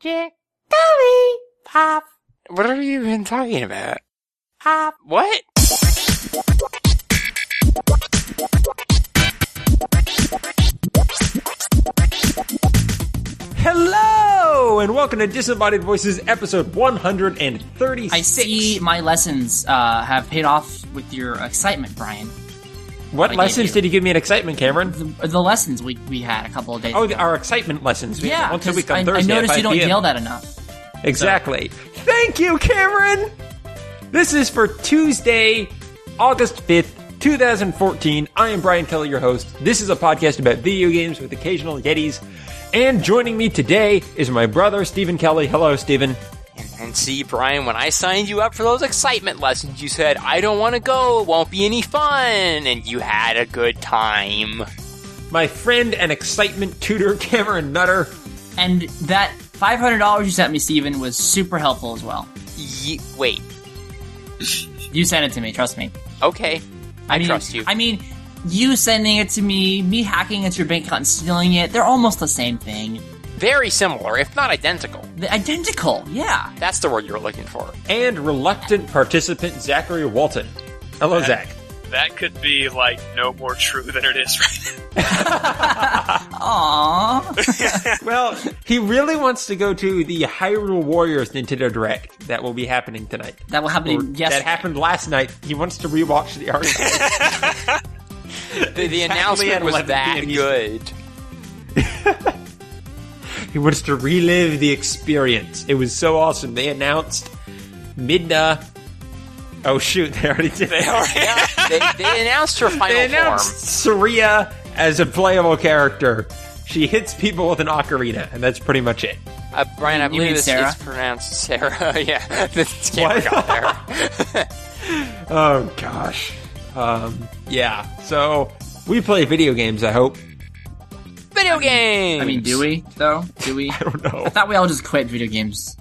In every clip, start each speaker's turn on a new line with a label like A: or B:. A: J Dolly Pop
B: What have you been talking about?
A: Pop
B: What?
C: Hello and welcome to Disembodied Voices, episode 130.
D: I see my lessons uh, have paid off with your excitement, Brian.
C: what
D: I
C: lessons
D: gave you.
C: did you give me in excitement, Cameron?
D: The, the lessons we, we had a couple of days.
C: Oh,
D: ago.
C: our excitement lessons. We
D: yeah.
C: had once a
D: 'cause
C: week on
D: I, I
C: Thursday.
D: noticed
C: at
D: you don't
C: 5 p.m.
D: yell that enough.
C: Exactly. Thank you, Cameron. This is for Tuesday, August 5th, 2014. I am Brian Kelly, your host. This is a podcast about video games with occasional Yetis. And joining me today is my brother, Stephen Kelly. Hello, Stephen.
B: And see, Brian, when I signed you up for those excitement lessons, you said, I don't want to go, it won't be any fun. And you had a good time.
C: My friend and excitement tutor, Cameron Nutter.
D: And that five hundred dollars you sent me, Steven, was super helpful as well.
B: Ye- wait,
D: You sent it to me. Trust me.
B: okay. I,
D: mean,
B: trust you.
D: I mean, you sending it to me, me hacking into your bank account and stealing it—they're almost the same thing.
B: Very similar, if not identical.
D: They're identical. Yeah.
B: That's the word you were looking for.
C: and reluctant participant Zachary Walton. Hello, Zach.
E: That could be like no more true than it is right now.
D: Aww.
C: Well, he really wants to go to the Hyrule Warriors Nintendo Direct that will be happening tonight.
D: that will
C: Or
D: happen. Yes.
C: That happened last night. He wants to rewatch the archive.
B: The, the
C: at
B: announcement was
C: 11
B: that
C: p.m.
B: good.
C: he wants to relive the experience. It was so awesome. They announced Midna. Oh shoot! They already did. They
B: Yeah, they, they announced her final
C: They
B: form.
C: announced Saria as a playable character. She hits people with an ocarina, and that's pretty much it.
B: Uh, Brian, I
D: You
B: believe
D: mean
B: this
D: Sarah?
B: is pronounced Sarah. yeah, this camera
C: What?
B: got there.
C: Oh gosh. Um, yeah. So we play video games. I hope.
B: Video games.
D: I mean, do we though? Do we?
B: Oh,
C: I don't know.
D: I thought we all just quit video games.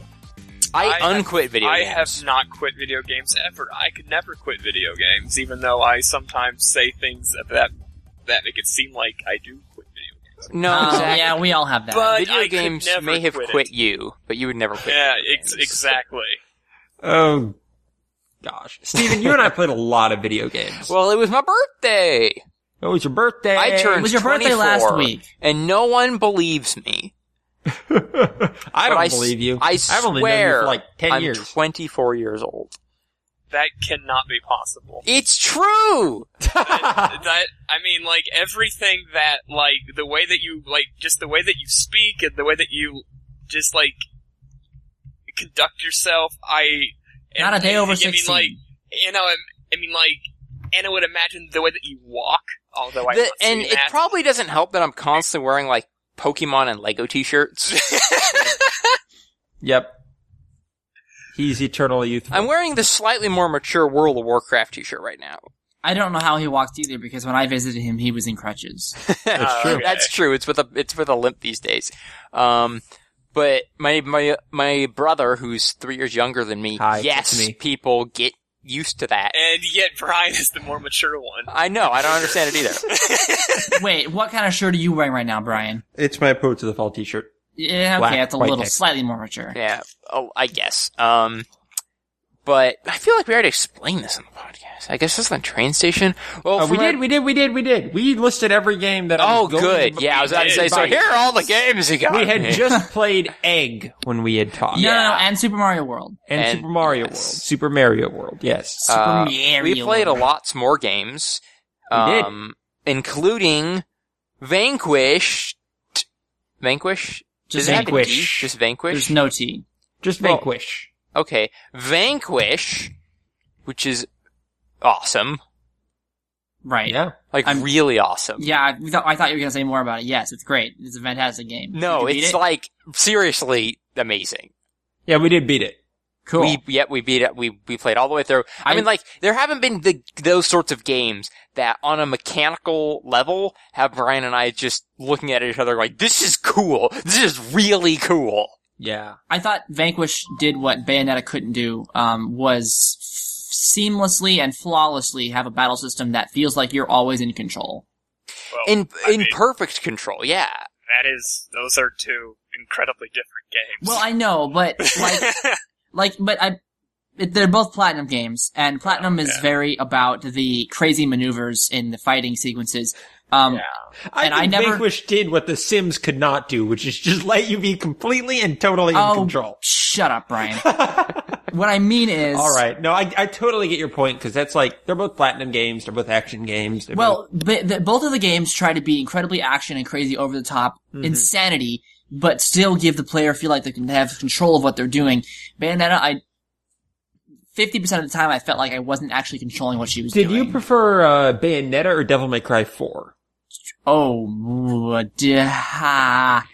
B: I,
E: I have-
B: unquit video
E: I
B: games.
E: have not quit video games ever. I could never quit video games, even though I sometimes say things that that make it seem like I do quit video games.
B: No,
D: Oh,
B: Zach,
D: yeah, we all have that.
E: But
B: video
E: I could
B: games
E: never
B: may have
E: quit it.
B: quit you, but you would never quit.
E: Yeah,
B: video
E: ex-
B: games.
E: exactly.
C: Oh gosh, Steven, you and I played a lot of video games.
B: Well, it was my birthday.
C: it was your birthday.
B: I turned.
D: It was your birthday
B: 24,
D: last week.
B: and no one believes me.
C: I
B: But
C: don't
B: I s-
C: believe you.
B: I
C: have only known you
B: swear
C: for like 10
B: I'm
C: years.
B: 24 years old.
E: That cannot be possible.
B: It's true.
E: that I mean, like everything that like the way that you like just the way that you speak and the way that you just like conduct yourself. I
D: Not a day
E: I-
D: over
E: I
D: sixteen.
E: Mean, like you know, I, I mean, like, and I would imagine the way that you walk. Although I
B: The-
E: haven't
B: and
E: seen
B: it
E: that.
B: probably doesn't help that I'm constantly wearing like Pokemon and Lego T-shirts.
C: yep. He's eternally youthful.
B: I'm wearing the slightly more mature World of Warcraft T-shirt right now.
D: I don't know how he walked either because when I visited him, he was in crutches.
C: That's true.
E: okay.
B: Uh, That's true. It's with a it's with a limp these days. Um, but my my my brother, who's three years younger than me,
C: Hi,
B: yes,
C: it's me.
B: people get used to that.
E: and yet Brian is the more mature one.
B: I know. I don't understand it either.
D: Wait, what kind of shirt are you wearing right now, Brian?
C: It's my Poets of the Fall t-shirt.
D: Yeah, okay,
C: Black,
D: that's a
C: white
D: little
C: pick.
D: slightly more mature.
B: yeah. Oh, I guess. Um, but I feel like we already explained this on the podcast. I guess this is the train station. Well,
C: Oh, we
B: for my-
C: did, we did, we did, we did. We listed every game that I
B: Oh,
C: was going
B: good.
C: to-
B: Yeah, I was about to say. So
C: Right.
B: here are all the games you got.
C: We had
B: me.
C: just played Egg when we had talked.
D: No, no, no,
B: Yeah.
D: and Super Mario World.
C: And,
B: And-
C: Super Mario
B: yes.
C: World. Super Mario World, yes.
D: Super
B: Uh,
D: Mario
B: we played a
D: World.
B: lots more games.
C: We did.
B: did. including Vanquish. Vanquish.
D: Just
B: Does it have a D?
C: Vanquish.
B: Just Vanquish.
D: There's no T.
C: Just
B: well-
C: Vanquish.
B: okay, Vanquish, which is awesome,
D: Right.
C: yeah.
B: like
D: I'm-
B: really awesome.
D: Yeah, I thought, I thought you were going to say more about it. Yes, it's great. It's a fantastic game.
B: No,
D: Did you beat
B: it's
D: it?
B: like seriously amazing.
C: Yeah, we did beat it.
D: cool.
B: We yet we beat it. We we played all the way through. I,
D: I-
B: mean, like there haven't been the those sorts of games that on a mechanical level have Brian and I just looking at each other like this is cool. This is really cool.
C: Yeah.
D: I thought Vanquish did what Bayonetta couldn't do, um, was f- seamlessly and flawlessly have a battle system that feels like you're always in control.
E: Well,
B: In
E: I
B: in
E: mean,
B: perfect control. Yeah.
E: that is those are two incredibly different games.
D: Well, I know, but like, like, but I, it, they're both platinum games, and platinum is
E: yeah.
D: very about the crazy maneuvers in the fighting sequences. Um,
E: yeah.
C: I
D: And
C: think
D: I never-
C: Vanquish did what The Sims could not do, which is just let you be completely and totally in
D: Oh,
C: control.
D: shut up, Brian. what I mean is,
C: All right, no, I, I totally get your point because that's like they're both platinum games, they're both action games. they're
D: Well, but the, both of the games try to be incredibly action and crazy, over the top,
C: Mm-hmm.
D: insanity, but still give the player feel like they can have control of what they're doing. Bayonetta, I fifty percent of the time I felt like I wasn't actually controlling what she was
C: Did
D: doing.
C: you prefer uh, Bayonetta or Devil May Cry 4?
D: oh, uh, d- ha.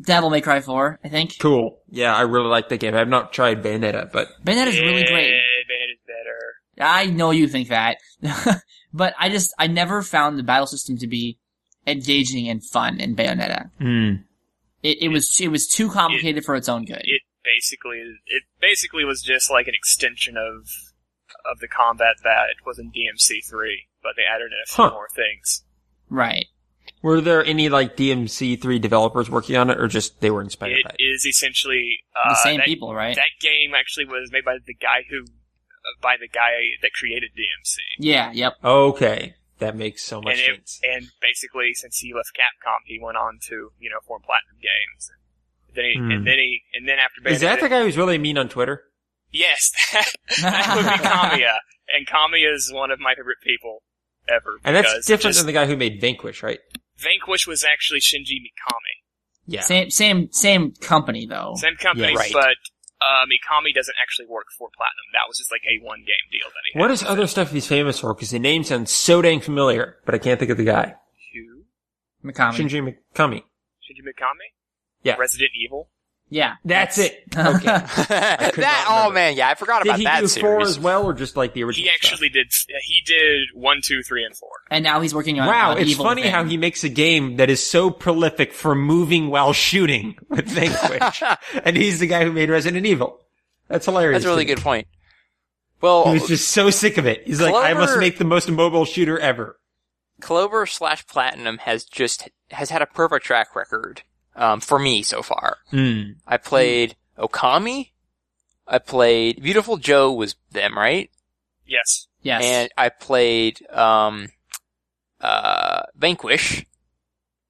D: Devil May Cry Four, I think.
C: Cool. Yeah, I really like that game. I've not tried Bayonetta, but
D: Bayonetta's really great.
E: Yeah, man, it's better.
D: I know you think that, but I just I never found the battle system to be engaging and fun in Bayonetta.
C: Hmm.
D: It, it was it was too complicated for its own good.
E: It basically it basically was just like an extension of of the combat that was in DMC three, but they added in a few
C: Huh.
E: more things.
D: Right.
C: were there any like DMC3 developers working on it, or just they were inspired by
E: It
C: it?
E: is essentially
D: The
E: uh,
D: same
E: that,
D: people, right?
E: That game actually was made by the guy who uh, by the guy that created DMC,
D: yeah, yep.
C: Okay, that makes so much
E: and it,
C: sense.
E: and basically since he left Capcom, he went on to you know form Platinum Games. Then he,
C: Hmm.
E: and then he and then after
C: Is that
E: Bayonetta-
C: the guy who's really mean on Twitter?
E: Yes, that, that would be Kamiya, and Kamiya is one of my favorite people ever.
C: And that's
E: because
C: different
E: just-
C: than the guy who made Vanquish, right?
E: Vanquish was actually Shinji Mikami.
C: Yeah.
D: Same same same company though.
E: Same company,
C: Yeah, right.
E: but uh, Mikami doesn't actually work for Platinum. That was just like a one game deal that he had.
C: What is other stuff he's famous for? Because the name sounds so dang familiar, but I can't think of the guy.
E: Who?
D: Mikami.
C: Shinji Mikami.
E: Shinji Mikami?
C: Yeah.
E: Resident Evil?
D: yeah.
C: That's it. Okay. could
B: that,
C: not
B: oh
C: remember.
B: man, yeah, I forgot
C: Did
B: about
C: he
B: that
C: do four
B: series.
C: as well, or just like the original?
E: He
C: stuff?
E: actually did. He did one, two, three, and four.
D: And now he's working on
C: Wow,
D: on
C: it's
D: Evil
C: funny
D: Within.
C: how he makes a game that is so prolific for moving while shooting with Vanquish, and he's the guy who made Resident Evil. That's hilarious.
B: That's a really
C: to me.
B: good point. Well,
C: He was just so sick of it. He's like, I must
B: Clover-
C: make the most mobile shooter ever.
B: Clover slash Platinum has just has had a perfect track record um, for me so far. I played Okami. I played Beautiful Joe was them right,
E: Yes.
D: Yes.
B: and I played um, uh, Vanquish,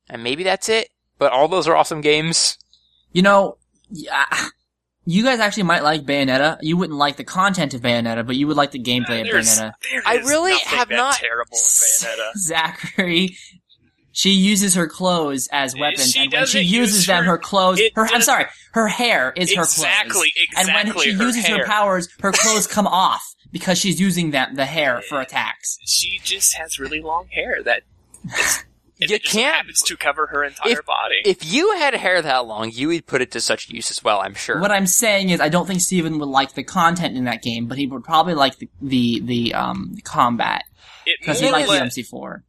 B: and maybe that's it. But all those are awesome games.
D: you know, yeah, you guys actually might like Bayonetta. You wouldn't like the content of Bayonetta, but you would like the gameplay of
E: There's-
D: Bayonetta.
E: there
B: I
E: is
B: really
E: nothing
B: have
E: that
B: not-
E: terrible in Bayonetta.
D: Zachary. She uses her clothes as weapons,
E: She
D: and when she
E: doesn't
D: uses
E: use
D: them,
E: her-
D: her clothes.
E: it
D: Her, I'm
E: does-
D: sorry, her hair is her clothes.
E: Exactly,
D: And when she
E: exactly, her
D: uses her
E: hair.
D: powers, her clothes come off because she's using them, the hair for attacks.
E: She just has really long hair that it
B: you
E: just
B: can't.
E: happens to cover her entire
B: If-
E: body.
B: If you had hair that long, you would put it to such use as well. I'm sure.
D: What I'm saying is, I don't think Steven would like the content in that game, but he would probably like the the, the um combat
E: it
D: because he
E: more
D: likes
E: or
D: the
E: less-
D: MC4.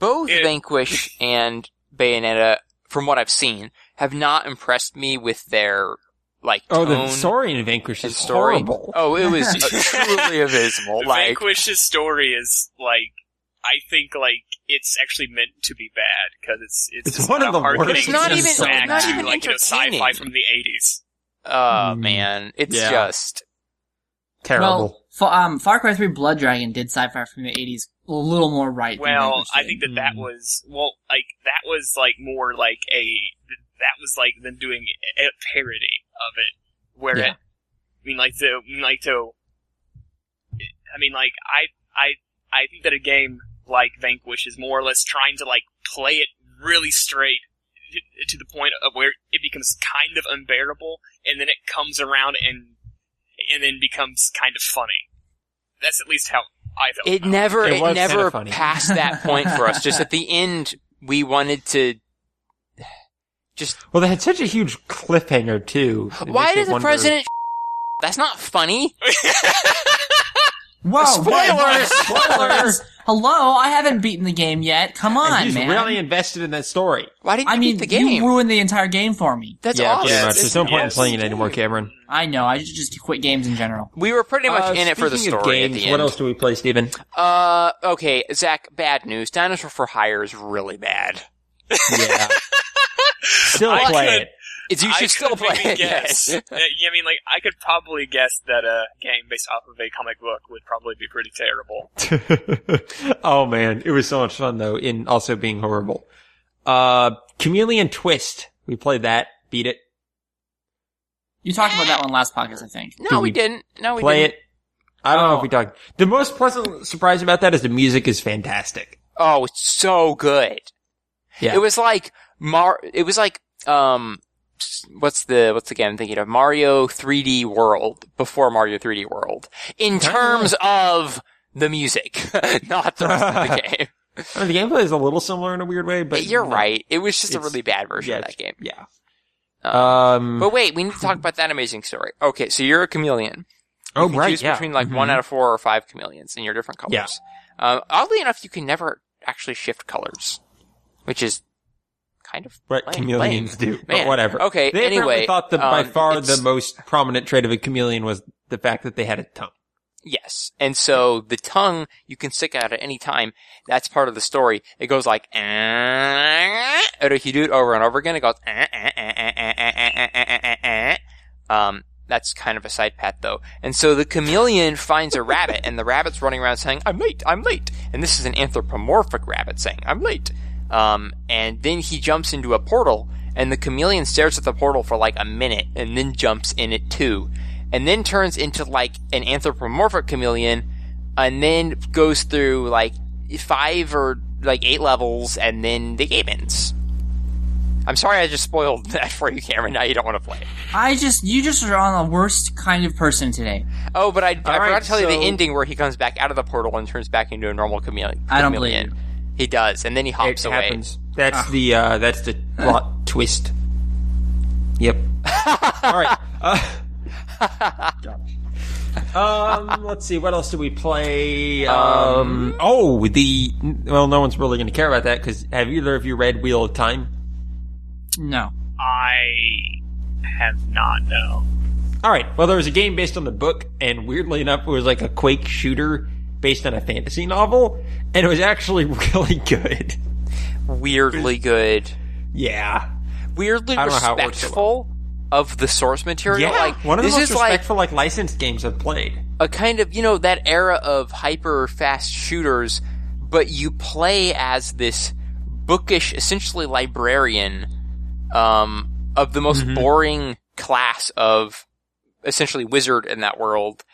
B: both
E: Yeah.
B: Vanquish and Bayonetta, from what I've seen, have not impressed me with their like
C: Oh, the
B: tone
C: story in Vanquish
B: and
C: is
B: story.
C: horrible.
B: Oh, it was uh, truly abysmal. Like
E: Vanquish's story is like I think like it's actually meant to be bad because it's it's,
C: It's
E: just
C: one of
E: kinda
C: the
E: hard
C: worst.
E: getting
C: It's
B: not
E: back
B: even-
E: to,
B: it's not even
E: like you know, sci-fi
B: entertaining.
E: from the eighties.
B: Oh
C: Mm.
B: man, it's
C: Yeah.
B: just
C: Terrible.
D: Well, fa- um, Far Cry 3 Blood Dragon did sci-fi from the 80s a little more right. than
E: Well,
D: Vanquish
E: I
D: did.
E: think that that
C: Mm.
E: was well like that was like more like a that was like them doing a a parody of it where
C: Yeah.
E: it I mean like the I mean, like so I mean like I I I think that a game like Vanquish is more or less trying to like play it really straight to- to the point of where it becomes kind of unbearable, and then it comes around and and then becomes kind of funny. That's at least how I felt.
B: it
E: about
B: never
C: It
B: it,
C: was kinda
B: never
C: funny.
B: passed that point for us. Just at the end, we wanted to. Just
C: Well, they had such a huge cliffhanger too. It
B: why
C: makes
B: did
C: me
B: the
C: wonder-
B: president? That's not funny.
D: Whoa!
B: Spoilers!
D: Spoilers! Hello, I haven't beaten the game yet. Come on,
C: And he's
D: man.
C: really invested in that story.
B: Why did you
D: I mean,
B: beat the game?
D: you ruined the entire game for me.
B: That's
C: yeah,
B: awesome.
C: pretty much.
E: Yes.
C: There's no point in
E: Yes.
C: playing it anymore, Cameron.
D: I know. I should just quit games in general.
B: We were pretty much
C: Uh,
B: in it for the
C: speaking of
B: story at
C: games,
B: the end.
C: What else do we play, Steven?
B: Uh, okay, Zach, bad news. Dinosaur for Hire is really bad.
C: Yeah. Still
E: I
C: play
E: could-
C: it.
B: It's, you
E: I
B: should still
E: could
B: play
E: maybe
B: it. yes.
E: Guess. Uh, yeah, I mean, like I could probably guess that a game based off of a comic book would probably be pretty terrible.
C: oh man, it was so much fun though, in also being horrible. Uh, Chameleon Twist. We played that, beat it,
D: You talked about that one last podcast, I think.
B: No,
C: Did
B: we
C: we
B: didn't. No, we
C: play
B: didn't.
C: it. I don't know
D: Oh.
C: if we talked. The most pleasant surprise about that is the music is fantastic.
B: Oh, it's so good.
C: Yeah.
B: It was like Mar. It was like um, s- what's the what's the game I'm thinking of? Mario 3D World before Mario 3D World in terms of the music, not the rest of the game.
C: I mean, the gameplay is a little similar in a weird way, but
B: But you're right. It was just a
C: It's-
B: really bad version of that game.
C: Yeah.
B: Um,
C: Um.
B: but wait, we need to talk about that amazing story. Okay, so you're a chameleon.
C: oh, Mm-hmm.
B: You can choose between like one out of four or five chameleons, and you're different colors.
C: Yeah.
B: Um, oddly enough, you can never actually shift colors, which is kind of
C: what
B: lame-
C: chameleons
B: lame.
C: do, but
B: Man.
C: whatever.
B: Okay,
C: They apparently
B: anyway,
C: thought that by
B: um,
C: far the
B: it's-
C: most prominent trait of a chameleon was the fact that they had a tongue.
B: Yes. And so the tongue you can stick out at any time. That's part of the story. It goes like, "Ah," and if you do it over and over again, it goes, "Ah, ah, ah, ah, ah, ah, ah, ah, ah, ah, ah, ah." um, that's kind of a side path though. And so the chameleon finds a rabbit and the rabbit's running around saying, I'm late, I'm late. And this is an anthropomorphic rabbit saying, I'm late. Um, and then he jumps into a portal and the chameleon stares at the portal for like a minute and then jumps in it too and then turns into like an anthropomorphic chameleon and then goes through like five or like eight levels and then the game ends. I'm sorry I just spoiled that for you, Cameron. Now you don't want to play.
D: I just, you just are on the worst kind of person today.
B: Oh, but I, I forgot
C: right,
B: to tell you
C: so-
B: the ending where he comes back out of the portal and turns back into a normal chameleon.
D: I don't believe
B: chameleon. He does, and then he hops away.
C: That's the uh, that's the plot twist. Yep. All right. Uh, um, let's see. What else did we play? Um, oh, the well, no one's really going to care about that because have either of you read Wheel of Time?
D: No.
E: I have not no.
C: All right. Well, there was a game based on the book, and weirdly enough, it was like a Quake shooter based on a fantasy novel, and it was actually really good.
B: Weirdly good.
C: Yeah.
B: Weirdly
C: I don't know how it works so
B: respectful of the source material.
C: Yeah,
B: Like
C: one of the
B: this
C: most
B: is like
C: respectful like licensed games I've played.
B: a kind of you know that era of hyper fast shooters, but you play as this bookish, essentially librarian um, of the most boring class of essentially wizard in that world,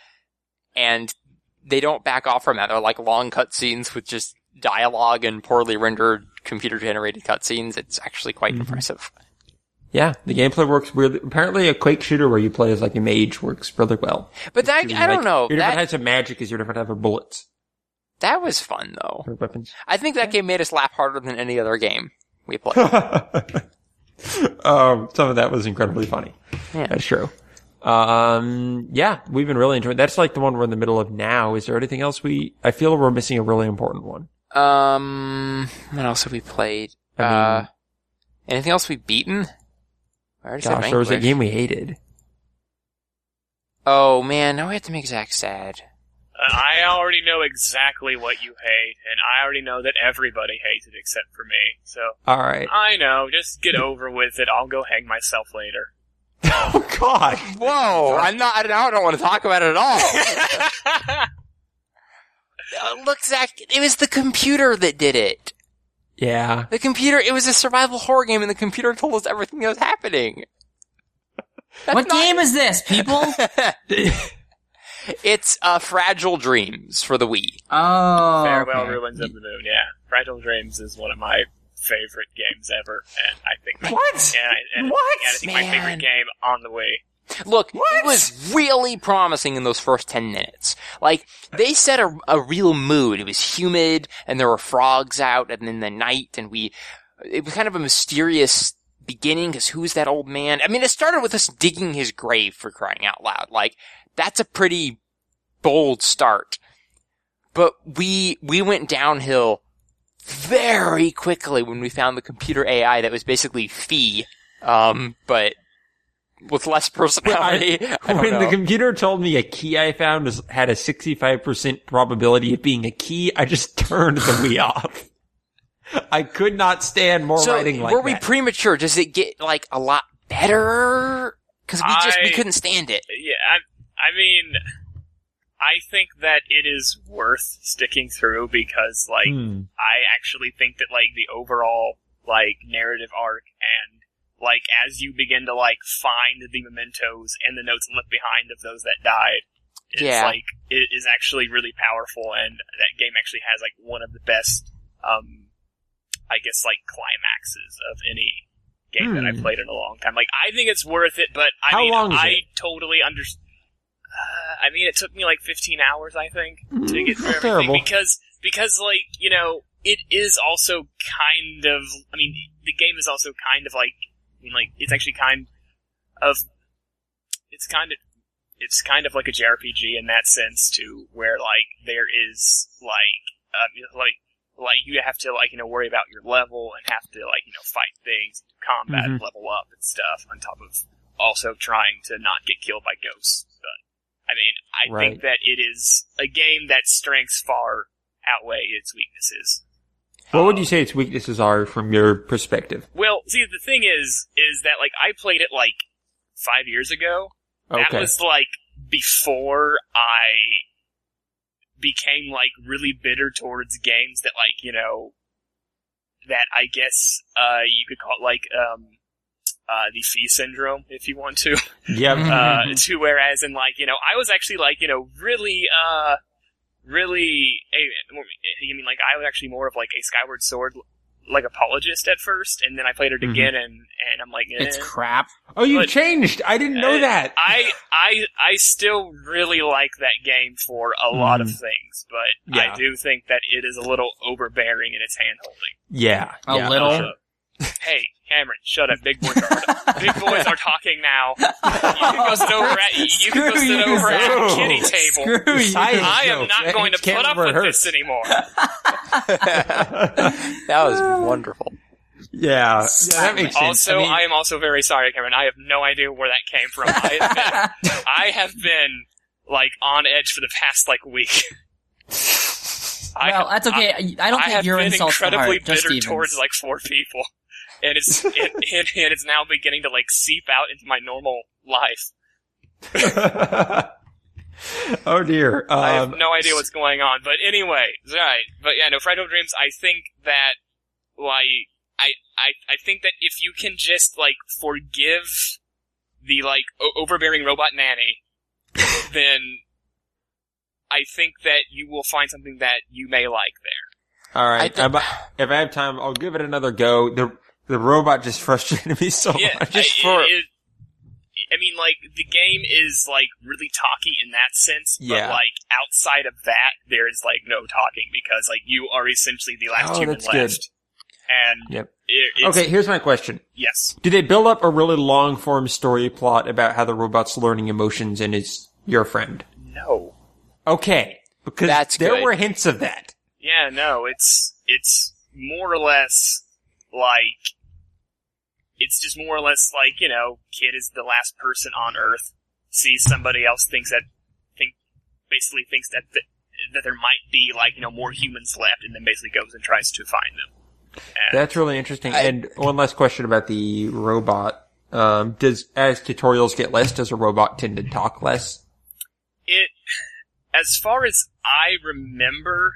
B: and they don't back off from that. They're like long cutscenes with just dialogue and poorly rendered computer generated cutscenes. It's actually quite impressive.
C: Yeah, the gameplay works weirdly. Apparently, a Quake shooter where you play as like a mage works really well.
B: But that, I don't
C: Like,
B: know.
C: Your different
B: That,
C: types of magic is your different type of bullets
B: that was fun though.
C: or weapons.
B: I think that game made us laugh harder than any other game we played.
C: um, some of that was incredibly funny.
B: Yeah.
C: That's true. Um, yeah, we've been really enjoying. That's like the one we're in the middle of now. Is there anything else we? I feel we're missing a really important one.
B: Um, what else have we played?
C: I mean-
B: uh, anything else we beaten? I already said
C: Gosh, there was a
B: Vanquish.
C: game we hated.
B: Oh man, now we have to make Zach sad.
E: Uh, I already know exactly what you hate, and I already know that everybody hates it except for me. So
C: All right.
E: I know, just get over with it. I'll go hang myself later.
C: oh God.
B: Whoa, I'm not. I don't, I don't want to talk about it at all. Uh, look, Zach, it was the computer that did it.
C: Yeah.
B: The computer. It was a survival horror game, and the computer told us everything that was happening. That's
D: what
B: not-
D: game is this, people?
B: It's uh, Fragile Dreams for the Wii.
D: Oh.
E: Farewell,
D: okay.
E: ruins of the moon. Yeah, Fragile Dreams is one of my favorite games ever, and I think
C: What?
E: and, I- and,
C: What?
E: and I think my
B: Man.
E: favorite game on the way.
B: Look, it was really promising in those first 10 minutes. Like, they set a, a real mood. It was humid, and there were frogs out, and then the night, and we, it was kind of a mysterious beginning, because who's that old man? I mean, it started with us digging his grave for crying out loud. Like, that's a pretty bold start. But we, we went downhill very quickly when we found the computer AI that was basically Fee, um, but with less personality. I, don't
C: when the
B: know.
C: computer told me a key I found was, had a 65% probability of being a key, I just turned the Wii off. I could not stand more
B: so
C: writing like
B: were we
C: that.
B: premature? Does it get like a lot better? Because we just we
E: I-
B: couldn't stand it.
E: Yeah, I, I mean, I think that it is worth sticking through because, like,
C: Hmm.
E: I actually think that like the overall like narrative arc and like as you begin to like find the mementos and the notes left behind of those that died, it's
B: Yeah.
E: like it is actually really powerful and that game actually has like one of the best um I guess like climaxes of any game that I've
C: Hmm.
E: played in a long time. Like I think it's worth it, but I
C: How
E: mean
C: long is
E: I
C: it?
E: totally understand uh, I mean, it took me like 15 hours, I think, to
C: Mm,
E: get through
C: that's
E: everything
C: terrible.
E: because because like you know, it is also kind of. I mean, the game is also kind of like, I mean, like it's actually kind of, it's kind of, it's kind of like a JRPG in that sense too, where like there is like, um, you know, like. Like you have to like you know worry about your level and have to like you know fight things, combat,
C: Mhm.
E: level up and stuff. On top of also trying to not get killed by ghosts. But I mean, I
C: Right.
E: think that it is a game that strengths far outweigh its weaknesses. Um,
C: What would you say its weaknesses are from your perspective?
E: Well, see, the thing is, is that like I played it like five years ago. That
C: Okay.
E: was like before I became like really bitter towards games that like you know that I guess uh, you could call it like um, uh, the fee syndrome if you want to.
C: yep.
E: uh,
B: Mhm.
E: to whereas in like you know I was actually like you know really uh really a, I mean like I was actually more of like a Skyward Sword like apologist at first and then I played it
C: Mhm.
E: again and and I'm like eh.
D: It's crap.
C: oh, you
E: but-
C: changed. I didn't know
E: Uh,
C: that.
E: I I I still really like that game for a lot of things but
C: Yeah.
E: I do think that it is a little overbearing in its handholding.
C: yeah.
D: A
C: yeah,
D: little.
C: for
E: Hey, Cameron, shut up. Big boys are big boys are talking now. You can go sit over at you can go
D: Screw
E: sit
D: you.
E: over at the
C: No.
E: kitty table.
D: Screw
C: sure.
D: you.
C: Science
E: I am
C: jokes.
E: not
C: That
E: going to
C: can't
E: put up with
C: rehearse.
E: this anymore.
B: That was wonderful.
C: Yeah. yeah, that makes sense.
E: Uh, also, I,
C: mean,
E: am also very sorry, Cameron. I have no idea where that came from. I have been, I have been like on edge for the past like week. I
D: well,
E: have-
D: that's okay. I, I don't
E: I have
D: think your
E: been
D: insults to
E: incredibly
D: heart, just
E: bitter
D: Stevens.
E: towards like four people, and it's it, it, and it's now beginning to like seep out into my normal life.
C: oh dear. Um,
E: I have no idea what's going on. But anyway, right. But yeah, no, Fragile Dreams, I think that, like, I, I, I think that if you can just, like, forgive the, like, o- overbearing robot nanny, then I think that you will find something that you may like there.
C: all right.
B: I thi-
C: I'm- if I have time, I'll give it another go. The the robot just frustrated me so
E: Yeah,
C: much.
E: I- it- it- I mean, like, the game is, like, really talky in that sense,
C: Yeah.
E: but, like, outside of that, there is, like, no talking because, like, you are essentially the last
C: Oh,
E: human
C: that's
E: left.
C: good.
E: And
C: Yep.
E: it- it's-
C: Okay, here's my question.
E: Yes.
C: Do they build up a really long form story plot about how the robot's learning emotions and is your friend?
E: No.
C: Okay, because
B: That's
C: there
B: good.
C: were hints of that.
E: Yeah, no, it's it's more or less like it's just more or less like, you know, kid is the last person on earth, sees somebody else thinks that think basically thinks that th- that there might be like, you know, more humans left and then basically goes and tries to find them.
C: That's really interesting. and one last question about the robot. Um, does as tutorials get less, does a robot tend to talk less?
E: it as far as I remember,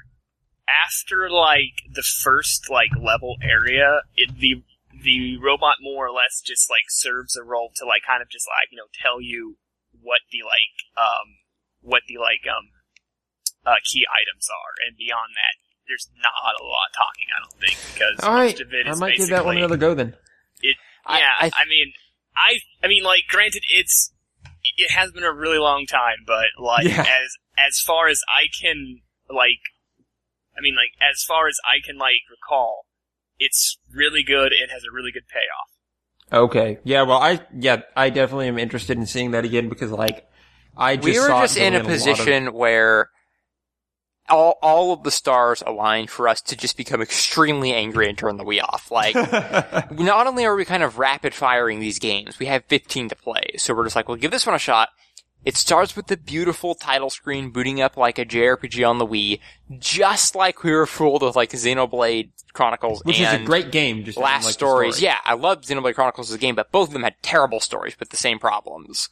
E: after like the first like level area, it the the robot more or less just like serves a role to like kind of just like you know tell you what the like um what the like um uh, key items are, and beyond that, there's not a lot of talking. I don't think because
C: All right,
E: most of it
C: I
E: is
C: might give that one
E: basically-
C: another go then.
B: I-
E: yeah,
B: I-
E: I, mean, I I mean, like, granted, it's it has been a really long time, but like,
C: Yeah.
E: as as far as I can, like, I mean, like, as far as I can, like, recall, it's really good and has a really good payoff.
C: Okay, yeah, well, I yeah, I definitely am interested in seeing that again because like I just
B: we were
C: saw it
B: just in a
C: build lot of-
B: position where all all of the stars aligned for us to just become extremely angry and turn the Wii off. Like, not only are we kind of rapid firing these games, we have 15 to play, so we're just like, well, give this one a shot. It starts with the beautiful title screen booting up like a JRPG on the Wii, just like we were fooled with like Xenoblade Chronicles
C: Which
B: and
C: is a great game. Just I didn't
B: last
C: like the
B: stories.
C: story.
B: Yeah, I loved Xenoblade Chronicles as a game, but both of them had terrible stories with the same problems.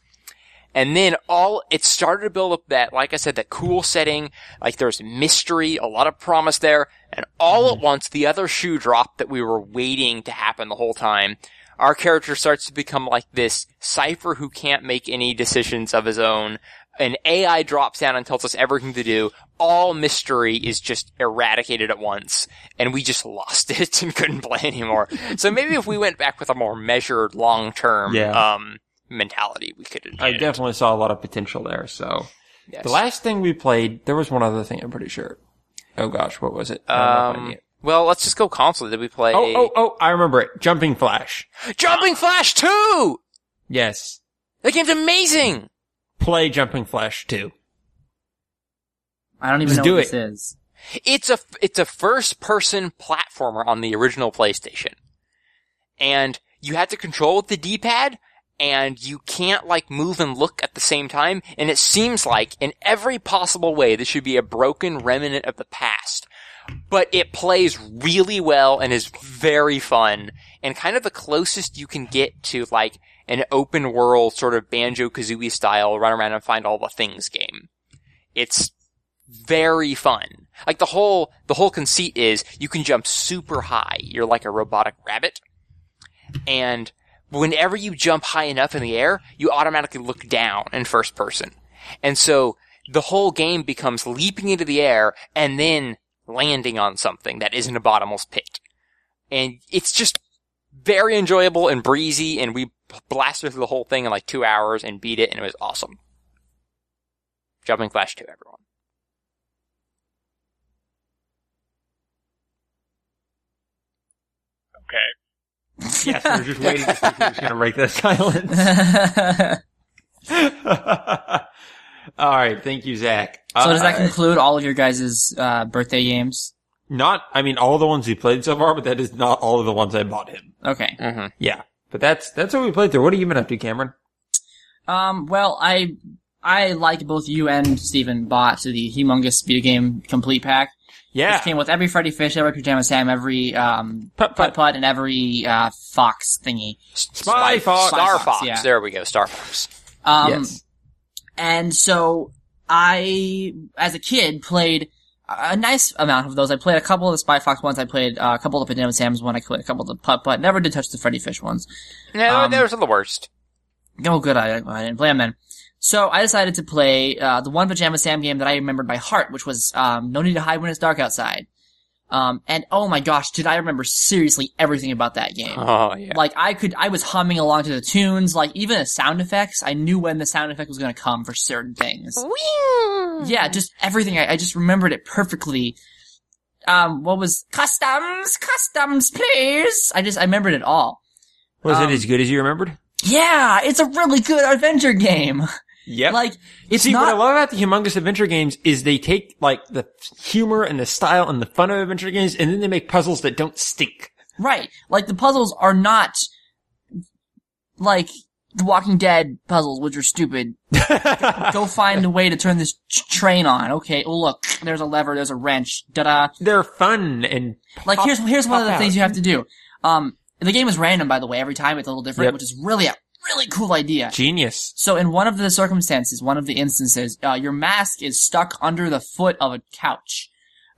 B: And then all it started to build up that, like I said, that cool setting. Like there's mystery, a lot of promise there, and all at once the other shoe dropped that we were waiting to happen the whole time. Our character starts to become like this cipher who can't make any decisions of his own. An AI drops down and tells us everything to do. All mystery is just eradicated at once and we just lost it and couldn't play anymore. so maybe if we went back with a more measured, long term
C: Yeah.
B: um, mentality, we could. have
C: I
B: done it.
C: definitely saw a lot of potential there. So
B: Yes.
C: the last thing we played, there was one other thing. I'm pretty sure. Oh gosh, what was it? I don't know if I
B: Um,
C: can-
B: well, let's just go console. Did we play
C: oh, oh, oh! I remember it. Jumping Flash.
B: Jumping Flash Two?
C: Yes.
B: That game's amazing.
C: Play Jumping Flash 2.
D: I don't even
C: Just
D: know
C: do
D: what
C: it.
D: this is.
B: It's a it's a first person platformer on the original PlayStation, and you had to control with the D pad, and you can't like move and look at the same time. And it seems like in every possible way this should be a broken remnant of the past, but it plays really well and is very fun and kind of the closest you can get to like an open world sort of banjo kazooie style run around and find all the things game. It's very fun. Like the whole the whole conceit is you can jump super high. You're like a robotic rabbit. And whenever you jump high enough in the air, you automatically look down in first person. And so the whole game becomes leaping into the air and then landing on something that isn't a bottomless pit. And it's just very enjoyable and breezy and we blasted through the whole thing in like 2 hours and beat it and it was awesome. Jumping Flash 2 everyone.
E: Okay.
C: Yes, we were just waiting to see who was going to break that silence.
D: so
C: All right, thank you, Zach.
D: does that
C: Uh,
D: conclude all of your guys' uh, birthday games?
C: not? I mean, all the ones we played so far, but that is not all of the ones I bought him.
D: Okay.
B: Mm-hmm.
C: Yeah, but that's that's what we played through. What have you been up to, Cameron?
D: Um, well, I I like both you and Steven bought the humongous video game complete pack.
C: Yeah,
D: Which came with every Freddy Fish, every Pajama Sam, every um
C: Putt-putt.
D: putt putt, and every uh, fox thingy.
C: Spy Fox.
B: Star
D: Fox,
B: Fox.
D: yeah.
B: There we go. Star Fox.
D: Um,
C: yes.
D: And so I, as a kid, played a a nice amount of those. I played a couple of the Spy Fox ones. I played uh, a couple of the Pajama Sam's one. I played a couple of the Putt Putt. Never did touch the Freddy Fish ones.
B: No,
D: Um,
B: those are the worst.
D: Oh, good. I, I didn't play them then. So I decided to play uh, the one Pajama Sam game that I remembered by heart, which was um, No Need to Hide When It's Dark Outside. Um, and oh my gosh, did I remember seriously everything about that game?
B: Oh yeah.
D: Like I could, I was humming along to the tunes. Like even the sound effects, I knew when the sound effect was going to come for certain things. Yeah, just everything. I, I just remembered it perfectly. Um, what was customs? Customs, please. I just I remembered it all.
C: Was
D: um,
C: it as good as you remembered?
D: Yeah, it's a really good adventure game.
C: Yep.
D: Like it's
C: See, what I
D: not.
C: love about the humongous adventure games is they take like the humor and the style and the fun of adventure games, and then they make puzzles that don't stink.
D: Right. Like the puzzles are not like the Walking Dead puzzles, which are stupid. Go find a way to turn this t- train on. Okay. Oh look, there's a lever. There's a wrench. Da da.
C: They're fun and
D: Like
C: pop-
D: here's here's one of
C: pop
D: the
C: out.
D: things you have to do. Um, the game is random by the way. Every time it's a little different,
C: Yep.
D: which is really a really cool idea.
C: genius.
D: So in one of the circumstances, one of the instances, uh, your mask is stuck under the foot of a couch.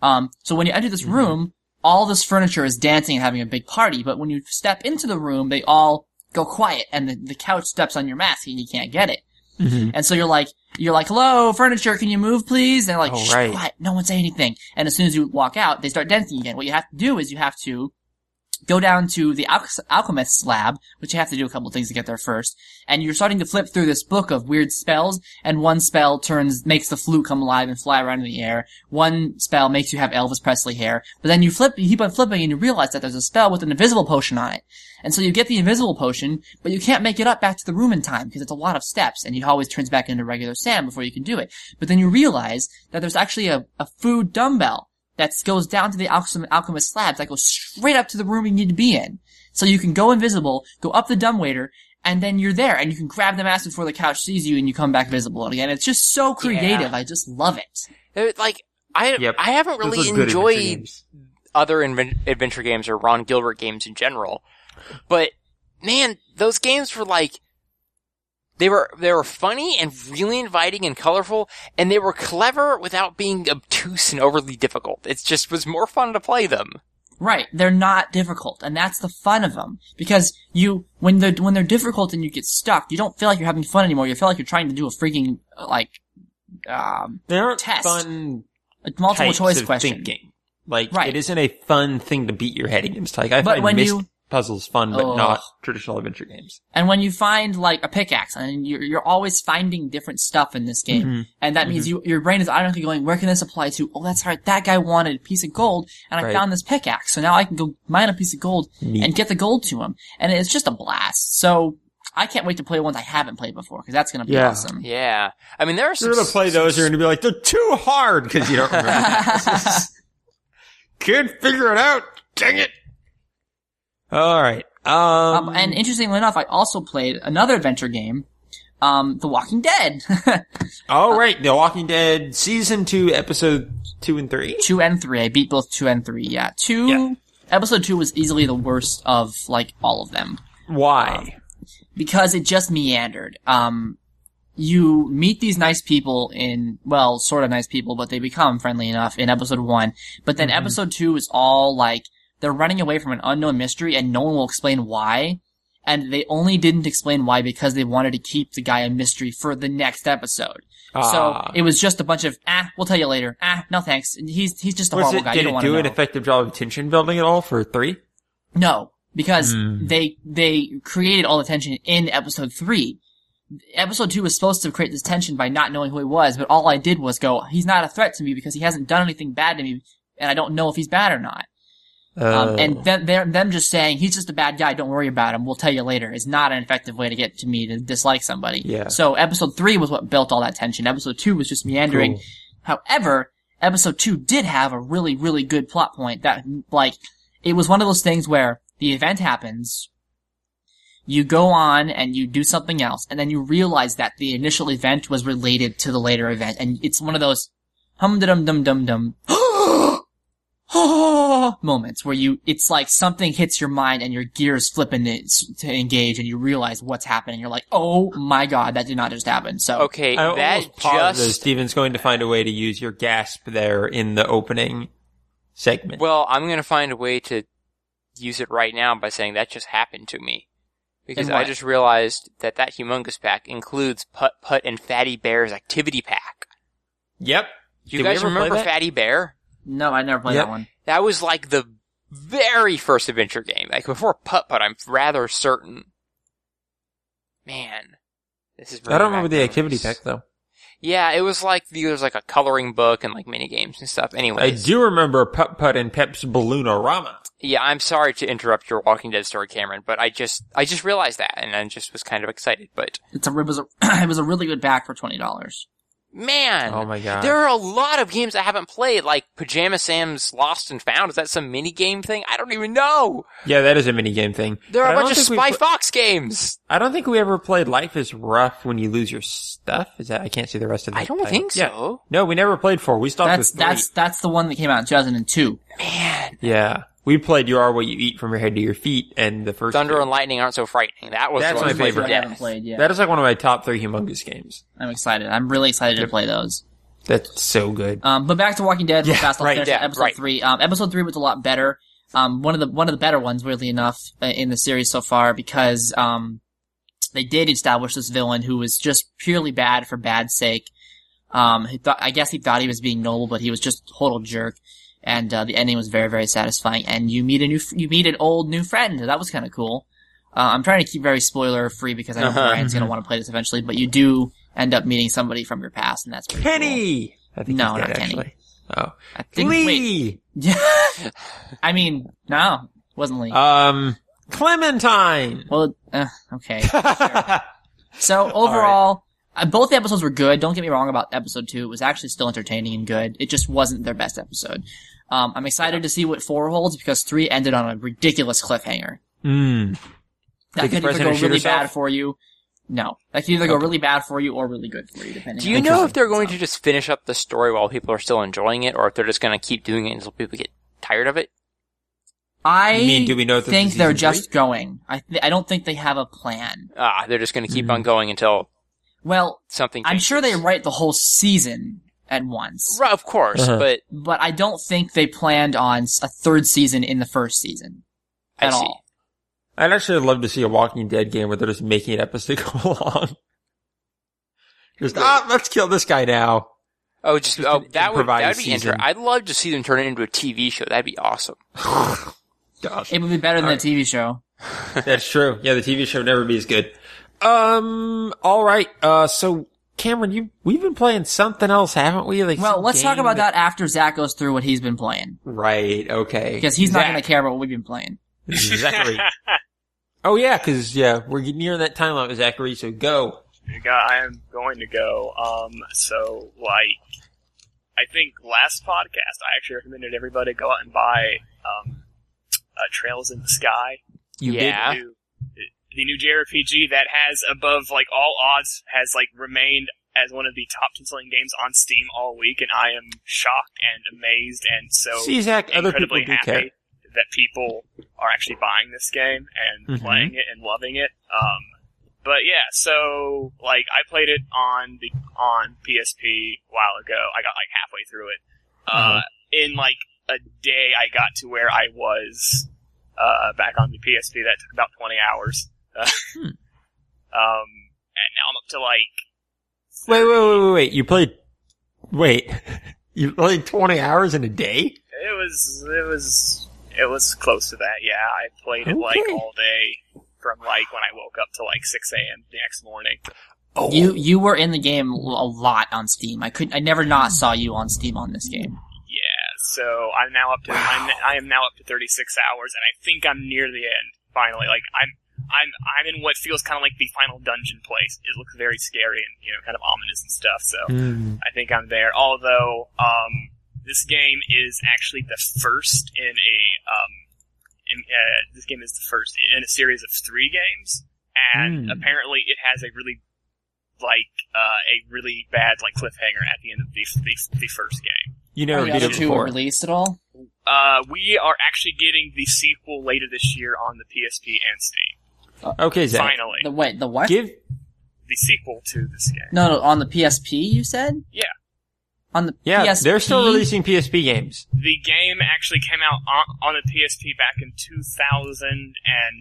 D: Um, so when you enter this room, all this furniture is dancing and having a big party, but when you step into the room, they all go quiet and the, the couch steps on your mask and you can't get it.
F: Mm-hmm.
C: Mm-hmm.
D: And so you're like, you're like, hello, furniture, can you move please? And they're like,
C: Oh,
D: Shh,
C: right.
D: quiet, no one say anything. And as soon as you walk out, they start dancing again. What you have to do is you have to go down to the al- alchemist's lab, which you have to do a couple things to get there first. And you're starting to flip through this book of weird spells, and one spell turns, makes the flute come alive and fly around in the air. One spell makes you have Elvis Presley hair. But then you flip, you keep on flipping and you realize that there's a spell with an invisible potion on it. And so you get the invisible potion, but you can't make it up back to the room in time because it's a lot of steps and it always turns back into regular Sam before you can do it. But then you realize that there's actually a, a food dumbbell that goes down to the alchem- alchemist slabs that goes straight up to the room you need to be in. So you can go invisible, go up the dumbwaiter, and then you're there and you can grab the mask before the couch sees you and you come back visible again. It's just so creative. I just love it.
B: Uh, Like I
F: Yep.
B: I haven't
F: Those
B: really
F: look good adventure
B: enjoyed
F: games.
B: other inven- adventure games or Ron Gilbert games in general. But man, those games were like they were they were funny and really inviting and colorful, and they were clever without being obtuse and overly difficult. It just was more fun to play them.
D: Right. They're not difficult. And that's the fun of them. Because you, when they're, when they're difficult and you get stuck, you don't feel like you're having fun anymore. You feel like you're trying to do a freaking, like, um,
C: They aren't
D: Test.
C: fun
D: a multiple
C: types
D: choice
C: of
D: question.
C: thinking. Like
D: Right.
C: it isn't a fun thing to beat your head against. Like I
D: But
C: find
D: when
C: missed
D: you-
C: puzzles fun, but
D: Ugh.
C: not traditional adventure games.
D: And when you find like a pickaxe, and you're, you're always finding different stuff in this game,
C: Mm-hmm.
D: and that means you your brain is automatically going, where can this apply to? Oh, that's right, that guy wanted a piece of gold, and I
C: Right.
D: found this pickaxe, so now I can go mine a piece of gold
C: Neat.
D: and get the gold to him, and it's just a blast. So I can't wait to play ones I haven't played before because that's gonna be
F: Yeah.
D: awesome.
B: Yeah, I mean there are some
F: You're gonna play those. You're gonna be like, they're too hard because you don't remember. Can't figure it out. Dang it.
C: All right. Um,
D: Um, and interestingly enough, I also played another adventure game, um, The Walking Dead, uh,
C: all right. The Walking Dead season two, episode two and three.
D: two and three. I beat both two and three. Yeah, two.
C: Yeah.
D: Episode two was easily the worst of like all of them.
C: Why?
D: because it just meandered. Um, you meet these nice people in, well, sort of nice people, but they become friendly enough in episode one. But
C: Mm-hmm.
D: then episode two is all like, they're running away from an unknown mystery and no one will explain why. And they only didn't explain why because they wanted to keep the guy a mystery for the next episode.
C: Ah.
D: So it was just a bunch of, ah, we'll tell you later. Ah, no thanks. He's, he's just a
C: Was
D: horrible
C: it,
D: guy. you
C: did
D: don't
C: it
D: want to
C: do
D: know.
C: an effective job of tension building at all for three?
D: No, because
C: Hmm.
D: they they created all the tension in episode three. Episode two was supposed to create this tension by not knowing who he was, but all I did was go, he's not a threat to me because he hasn't done anything bad to me, and I don't know if he's bad or not.
C: Oh.
D: Um, and them, them them just saying he's just a bad guy, don't worry about him, we'll tell you later is not an effective way to get to me to dislike somebody.
C: Yeah.
D: So episode three was what built all that tension. Episode two was just meandering.
C: Cool.
D: However, episode two did have a really, really good plot point that, like, it was one of those things where the event happens, you go on and you do something else, and then you realize that the initial event was related to the later event, and it's one of those hum dum dum dum dum moments where you, it's like something hits your mind and your gears flip into, to engage, and you realize what's happening. You're like, oh my god, that did not just happen. So
B: okay
C: I
B: that
C: almost positive
B: just
C: Steven's going to find a way to use your gasp there in the opening segment.
B: well I'm gonna find a way to use it right now by saying that just happened to me because
D: And what?
B: I just realized that that humongous pack includes putt putt and fatty bear's activity pack.
C: yep.
B: Do you
C: Did we
B: guys
C: ever play
B: remember
C: that?
B: Fatty Bear?
D: no, I never played
C: Yep.
D: that one.
B: That was like the very first adventure game, like before Putt Putt. I'm rather certain. Man, this is.
C: I
B: bringing
C: don't remember
B: back
C: the activity
B: memories.
C: pack though.
B: Yeah, it was like there was like a coloring book and like mini games and stuff.
C: I
B: Anyways,
C: do remember Putt Putt and Pep's Balloonorama.
B: yeah, I'm sorry to interrupt your Walking Dead story, Cameron, but I just I just realized that and I just was kind of excited. But
D: It's a it was a it was a really good back for twenty dollars.
B: man,
C: Oh my god.
B: There are a lot of games I haven't played, like Pajama Sam's Lost and Found. Is that some mini game thing? I don't even know.
C: yeah, that is a minigame thing.
B: There are
C: But I
B: a
C: don't
B: bunch of
C: think we
B: Spy
C: pl-
B: Fox games.
C: I don't think we ever played Life is Rough when you lose your stuff. Is that I can't see the rest of the
B: I don't
C: title.
B: think
C: Yeah.
B: so.
C: No, we never played four. We stopped
D: That's
C: with three.
D: that's that's the one that came out in two thousand and two.
B: Man,
C: yeah. We played You Are What You Eat from Your Head to Your Feet and the first
B: Thunder
C: two.
B: and lightning aren't so frightening. That was
C: That's
B: the one
C: my
B: that played
C: favorite.
B: to
D: I haven't
B: death.
D: played yet.
C: That is like one of my top three humongous games.
D: I'm excited. I'm really excited to play those.
C: That's so good.
D: Um, but back to Walking Dead. real
C: Yeah,
D: fast, I'll
C: right,
D: finish
B: yeah,
D: episode
B: right.
D: three. Um, episode three was a lot better. Um, one of the one of the better ones, weirdly enough, uh, in the series so far because um, they did establish this villain who was just purely bad for bad's sake. Um, he thought, I guess he thought he was being noble, but he was just a total jerk. And uh, the ending was very, very satisfying. And you meet a new, you meet an old new friend. That was kind of cool. Uh, I'm trying to keep very spoiler free because I know
B: Uh-huh.
D: Brian's going to want to play this eventually. But you do end up meeting somebody from your past, and that's pretty cool.
C: Kenny! I think
D: No,
C: he's dead,
D: not Kenny.
C: actually. Oh.
D: I think, wait,
C: Lee!
D: yeah. I mean, no, wasn't Lee.
C: Um, Clementine!
D: well, uh, okay. So overall, uh, both episodes were good. Don't get me wrong about episode two; it was actually still entertaining and good. It just wasn't their best episode. Um, I'm excited to see what four holds because three ended on a ridiculous cliffhanger.
C: Mm.
D: That
B: Take the
D: could either
B: president
D: go
B: and shoot
D: really bad
B: herself?
D: for you. No, that could either go really bad for you or really good for you, depending.
B: Do you
D: on
B: know if they're going to just finish up the story while people are still enjoying it, or if they're just going to keep doing it until people get tired of it?
D: I
F: You mean, do we know if this
D: think
F: is
D: they're
F: season
D: just going. I th- I don't think they have a plan.
B: Ah, they're just going to keep
C: Mm-hmm.
B: on going until
D: Well,
B: something.
D: I'm sure they
B: changes.
D: write the whole season at once,
B: Right, of course,
C: Uh-huh.
B: but
D: but I don't think they planned on s- a third season in the first season
B: I
D: at
B: see.
D: all.
C: I'd actually love to see a Walking Dead game where they're just making it up as they go along. Just ah, let's kill this guy now.
B: Oh, just,
C: Just
B: oh,
C: an
B: that would that would
C: improvised
B: be
C: season.
B: interesting. I'd love to see them turn it into a TV show. That'd be awesome.
C: Gosh,
D: It would be better than the TV show.
C: that's true. Yeah, the TV show would never be as good. Um. All right. Uh. So Cameron, you we've been playing something else, haven't we? Like,
D: Well,
C: some
D: let's talk
C: game
D: about that after Zach goes through what he's been playing
C: Right. Okay.
D: because he's not
C: Zach.
D: going to care about what we've been playing.
C: Zachary. oh yeah, because yeah, we're getting near that time limit, Zachary. So go.
E: I got- I am going to go. Um, so like, I think last podcast I actually recommended everybody go out and buy um, uh, Trails in the Sky,
B: yeah.
E: new- the new JRPG that has above like all odds has like remained as one of the top ten selling games on Steam all week, and I am shocked and amazed and so
C: See, Zach. Other people
E: incredibly
C: do
E: happy
C: care.
E: that people are actually buying this game and
C: Mhm.
E: playing it and loving it. Um, but yeah, so like I played it on the on PSP a while ago. I got like halfway through it. Uh,
C: Uh-huh.
E: In like a day, I got to where I was uh, back on the PSP. That took about twenty hours. Uh,
C: Hmm.
E: Um, and now I'm up to like
C: Wait, wait, wait, wait, wait. You played. Wait, you played twenty hours in a day?
E: It was it was it was close to that. Yeah, I played it like
C: Okay.
E: all day from like when I woke up to like six a.m. the next morning.
C: Oh,
D: You you were in the game l- a lot on Steam. I could I never not saw you on Steam on this game.
E: Yeah, so I'm now up to I'm, I am now up to thirty six hours, and I think I'm near the end finally. Like I'm I'm I'm in what feels kind of like the final dungeon place. It looks very scary and you know kind of ominous and stuff. So
C: Hmm.
E: I think I'm there. Although um, this game is actually the first in a um, in, uh, this game is the first in a series of three games, and
C: Hmm.
E: apparently it has a really like uh, a really bad like cliffhanger at the end of the the, the first game.
C: you
D: Are
C: never
D: the
C: beat it
D: other two
C: before.
D: were released at all?
E: Uh, we are actually getting the sequel later this year on the PSP and Steam.
C: Okay, Zach.
E: Finally,
D: The wait, the what?
C: Give
E: the sequel to this game.
D: No, no, on the PSP you said.
E: Yeah.
D: On the
C: yeah,
D: PSP?
C: they're still releasing PSP games.
E: the game actually came out on, on the PSP back in 2009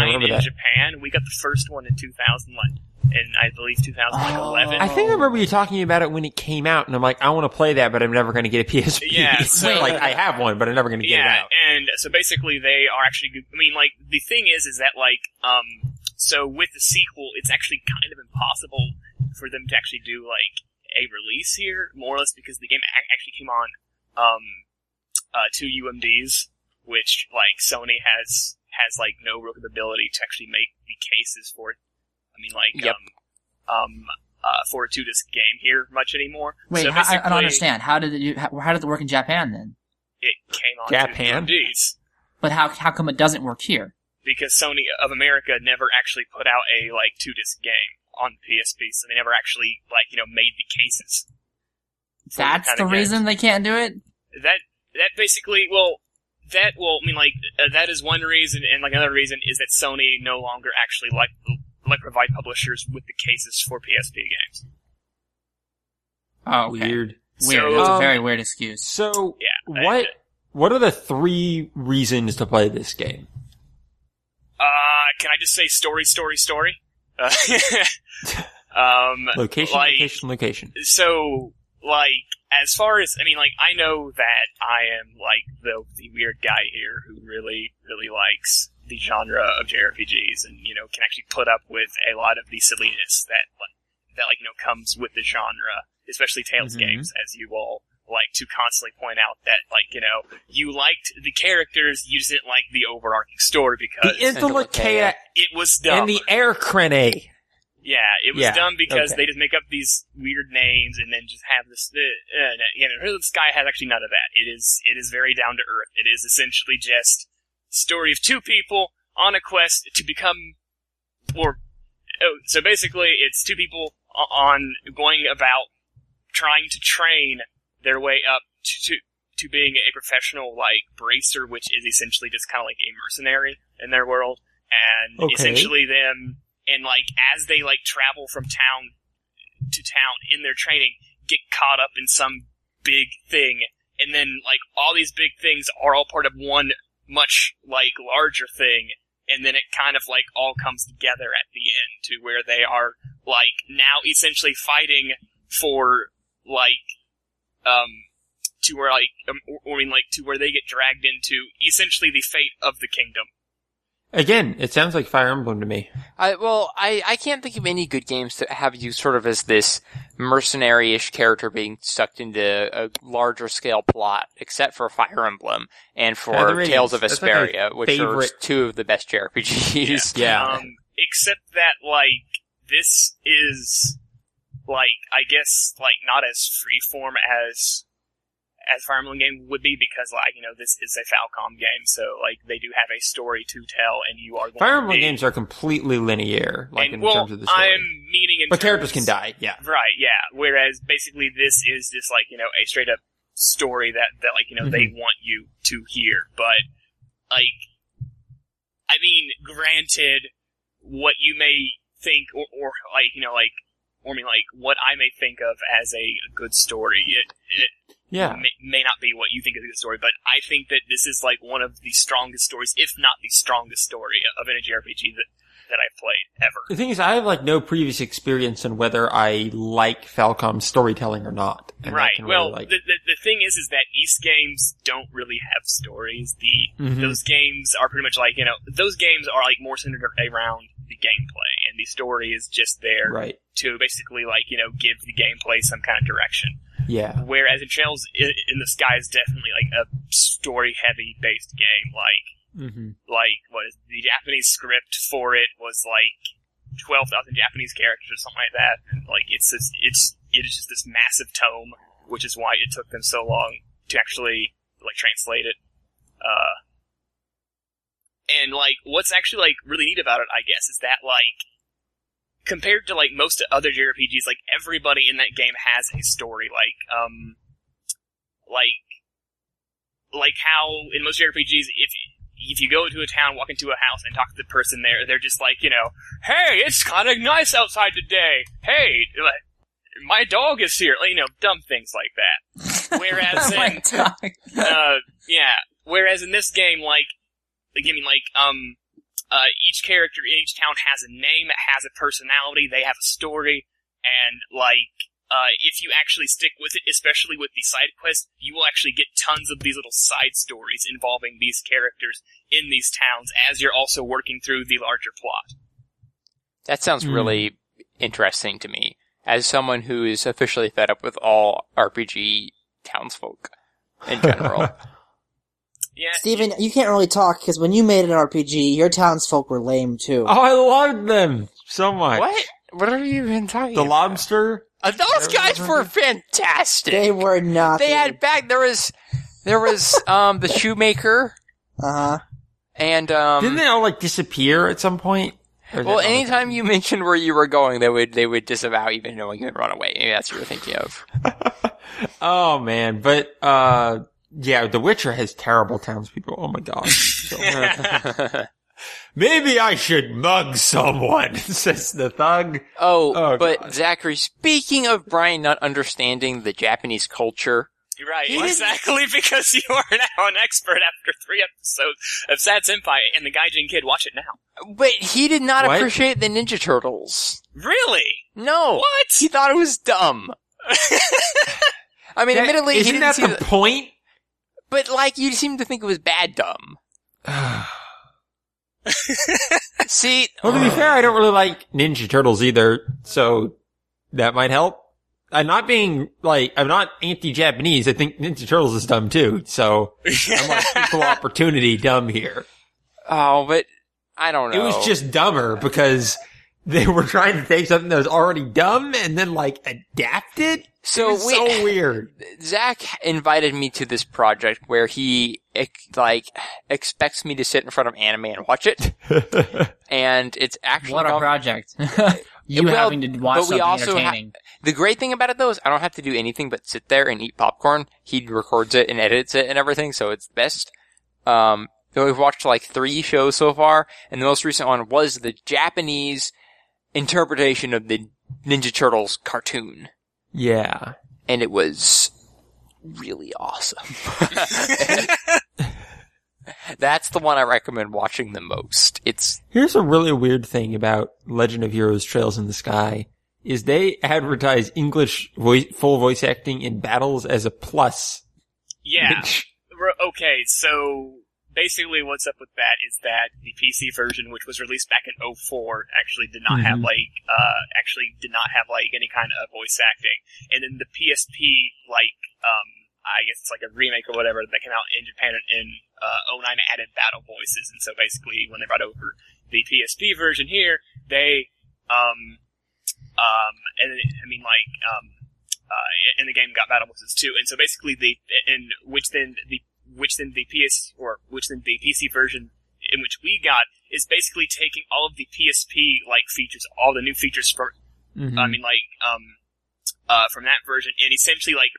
C: remember
E: in
C: that.
E: Japan. We got the first one in 2001, and I believe 2011.
D: Oh.
C: I think I remember you talking about it when it came out, and I'm like, I want to play that, but I'm never going to get a PSP.
E: Yeah, so-
C: like I have one, but I'm never going to get
E: yeah,
C: it out.
E: and so basically they are actually. I mean, like the thing is, is that like um, so with the sequel, it's actually kind of impossible for them to actually do like a release here, more or less, because the game ac- actually came on um, uh, two UMDs, which like Sony has has like no real ability to actually make the cases for. it. I mean, like
B: Yep.
E: um, um, uh, fortuitous game here much anymore.
D: Wait,
E: so
D: how, I, I
E: basically,
D: don't understand. How did it, you- how, how did it work in Japan then?
E: It came on
C: Japan?
E: two UMDs.
D: But how how come it doesn't work here?
E: because Sony of America never actually put out a like two disc game on PSP, so they never actually like you know made the cases. for
D: That's
E: kind
D: the
E: of games.
D: reason they can't do it.
E: that that basically well that well I mean like uh, that is one reason, and like another reason is that Sony no longer actually like like provide publishers with the cases for PSP games.
D: Oh, okay.
C: Weird.
D: Weird.
E: So-
D: That's a
C: Um,
D: very weird excuse.
C: So,
E: Yeah, I-
C: what what are the three reasons to play this game?
E: Uh, can I just say story, story, story? Uh, um,
C: Location,
E: like-
C: location, location.
E: so like as far as I mean, like I know that I am like the, the weird guy here who really really likes the genre of JRPGs and you know can actually put up with a lot of the silliness that like, that like you know comes with the genre, especially Tales
C: Mhm.
E: games, as you all like to constantly point out that like you know you liked the characters, you just didn't like the overarching story
C: The
E: because
C: Intellicata
E: it was dumb.
C: and the Air Crene.
E: Yeah, it was
C: Yeah,
E: dumb because
C: okay.
E: they just make up these weird names and then just have this. Uh, uh, you know, Heroes of the Sky has actually none of that. It is it is very down to earth. It is essentially just story of two people on a quest to become or oh, so basically, it's two people o- on going about trying to train their way up to to, to being a professional like bracer, which is essentially just kind of like a mercenary in their world, and
C: Okay.
E: essentially them and like as they like travel from town to town in their training, get caught up in some big thing, and then like all these big things are all part of one much like larger thing and then it kind of like all comes together at the end to where they are like now essentially fighting for like um to where like um, or, I mean like to where they get dragged into essentially the fate of the kingdom.
C: Again, it sounds like Fire Emblem to me.
B: I well, I, I can't think of any good games that have you sort of as this mercenary-ish character being sucked into a larger scale plot, except for Fire Emblem and
C: Yeah, there
B: for
C: is.
B: Tales of
C: That's like my
B: Vesperia, which are
C: favorite-
B: two of the best JRPGs.
E: Um, except that like this is like I guess like not as freeform as as Fire Emblem game would be because like you know this is a Falcom game so like they do have a story to tell and you are going
C: Fire
E: to
C: Emblem
E: be-
C: games are completely linear, like
E: and,
C: in
E: well,
C: terms of the story.
E: I'm meaning in
C: but characters can
E: terms-
C: die. Yeah.
E: Right, yeah. Whereas basically this is just like, you know, a straight up story that, that like, you know, they want you to hear. But, like, I mean, granted, what you may think, or, or like, you know, like, or I mean, like, what I may think of as a good story, it, it
C: Yeah.
E: may, may not be what you think is a good story, but I think that this is, like, one of the strongest stories, if not the strongest story of an JRPG that, that I've played ever.
C: The thing is, I have like no previous experience on whether I like Falcom's storytelling or not. And I
E: right.
C: can
E: Well,
C: really, like,
E: the, the the thing is, is that East games don't really have stories. The
C: Mhm.
E: those games are pretty much like you know those games are like more centered around the gameplay, and the story is just there
C: right.
E: to basically like you know give the gameplay some kind of direction.
C: Yeah.
E: Whereas in Trails i- in the Sky is definitely like a story heavy based game. Like
C: Mm-hmm.
E: like what is the Japanese script for it was like twelve thousand Japanese characters or something like that. And, like it's just, it's it is just this massive tome, which is why it took them so long to actually like translate it. Uh, and like what's actually like really neat about it, I guess, is that like compared to like most other JRPGs, like everybody in that game has a story. Like um, like like how in most JRPGs, if if you go into a town, walk into a house, and talk to the person there, they're just like, you know, hey, it's kind of nice outside today. Hey, like, my dog is here. Like, you know, dumb things like that. Whereas in,
D: Oh my God.
E: uh, yeah. Whereas in this game, like, I mean, like, um, uh, each character in each town has a name, it has a personality, they have a story, and like, uh, if you actually stick with it, especially with the side quests, you will actually get tons of these little side stories involving these characters in these towns as you're also working through the larger plot.
B: That sounds
C: Mm.
B: really interesting to me. As someone who is officially fed up with all RPG townsfolk in general,
E: Yeah.
G: Steven, you can't really talk because when you made an RPG, your townsfolk were lame too.
C: Oh, I loved them so much.
B: what? What are you even talking?
F: The
B: about?
F: lobster.
B: Uh, Those guys were fantastic.
G: They were not.
B: they had back there was there was um the shoemaker
G: Uh huh.
B: and um
C: Didn't they all like disappear at some point? Or is
B: well
C: that not-
B: anytime you mentioned where you were going they would they would disavow even knowing you had run away maybe that's what you're thinking of
C: oh man, but uh, yeah, The Witcher has terrible townspeople. Oh my god. So-
F: Maybe I should mug someone, says the thug.
B: oh,
C: Oh,
B: but
C: God.
B: zachary speaking of brian not understanding the japanese culture
E: You're right,
B: He is-
E: exactly because you are now an expert after three episodes of Sad Senpai and the Gaijin Kid. Watch it now.
B: but he did not
C: What?
B: appreciate the ninja turtles
E: Really?
B: no
E: What?
B: he thought it was dumb i mean admittedly he
C: Isn't
B: didn't
C: that
B: see
C: the
B: the-
C: point?
B: but like you seem to think it was bad dumb see
C: Well, to be fair, I don't really like Ninja Turtles either, so that might help. I'm not being like I'm not anti-Japanese. I think Ninja Turtles is dumb too, so I'm like equal opportunity dumb here.
B: Oh, but I don't know.
C: It was just dumber because they were trying to take something that was already dumb and then like adapt it.
B: So
F: It's
B: we,
F: so weird.
B: Zach invited me to this project where he ex- like expects me to sit in front of anime and watch it, and it's actually
D: What a
B: gone-
D: project! you
B: Well,
D: having to
B: but
D: watch
B: we
D: something
B: also ha-
D: entertaining.
B: the great thing about it though is I don't have to do anything but sit there and eat popcorn. He records it and edits it and everything, so it's best. Um, so we've watched like three shows so far, and the most recent one was the Japanese interpretation of the Ninja Turtles cartoon,
C: Yeah.
B: and it was really awesome. That's the one I recommend watching the most. It's
C: Here's a really weird thing about Legend of Heroes Trails in the Sky is they advertise English voice, full voice acting in battles as a plus.
E: Yeah.
C: Which-
E: Ro- Okay, so basically what's up with that is that the PC version, which was released back in 04, actually did not
C: Mhm.
E: have like, uh, actually did not have like any kind of voice acting. And then the PSP, like, um, I guess it's like a remake or whatever that came out in Japan in, uh, 09 added battle voices. And so basically when they brought over the PSP version here, they, um, um, and then, I mean like, um, uh, and the game got battle voices too. And so basically the, and which then the, which then the PS, or which then the PC version in which we got is basically taking all of the PSP like features, all the new features from, I
C: Mm.
E: mean like, um, uh, from that version and essentially like,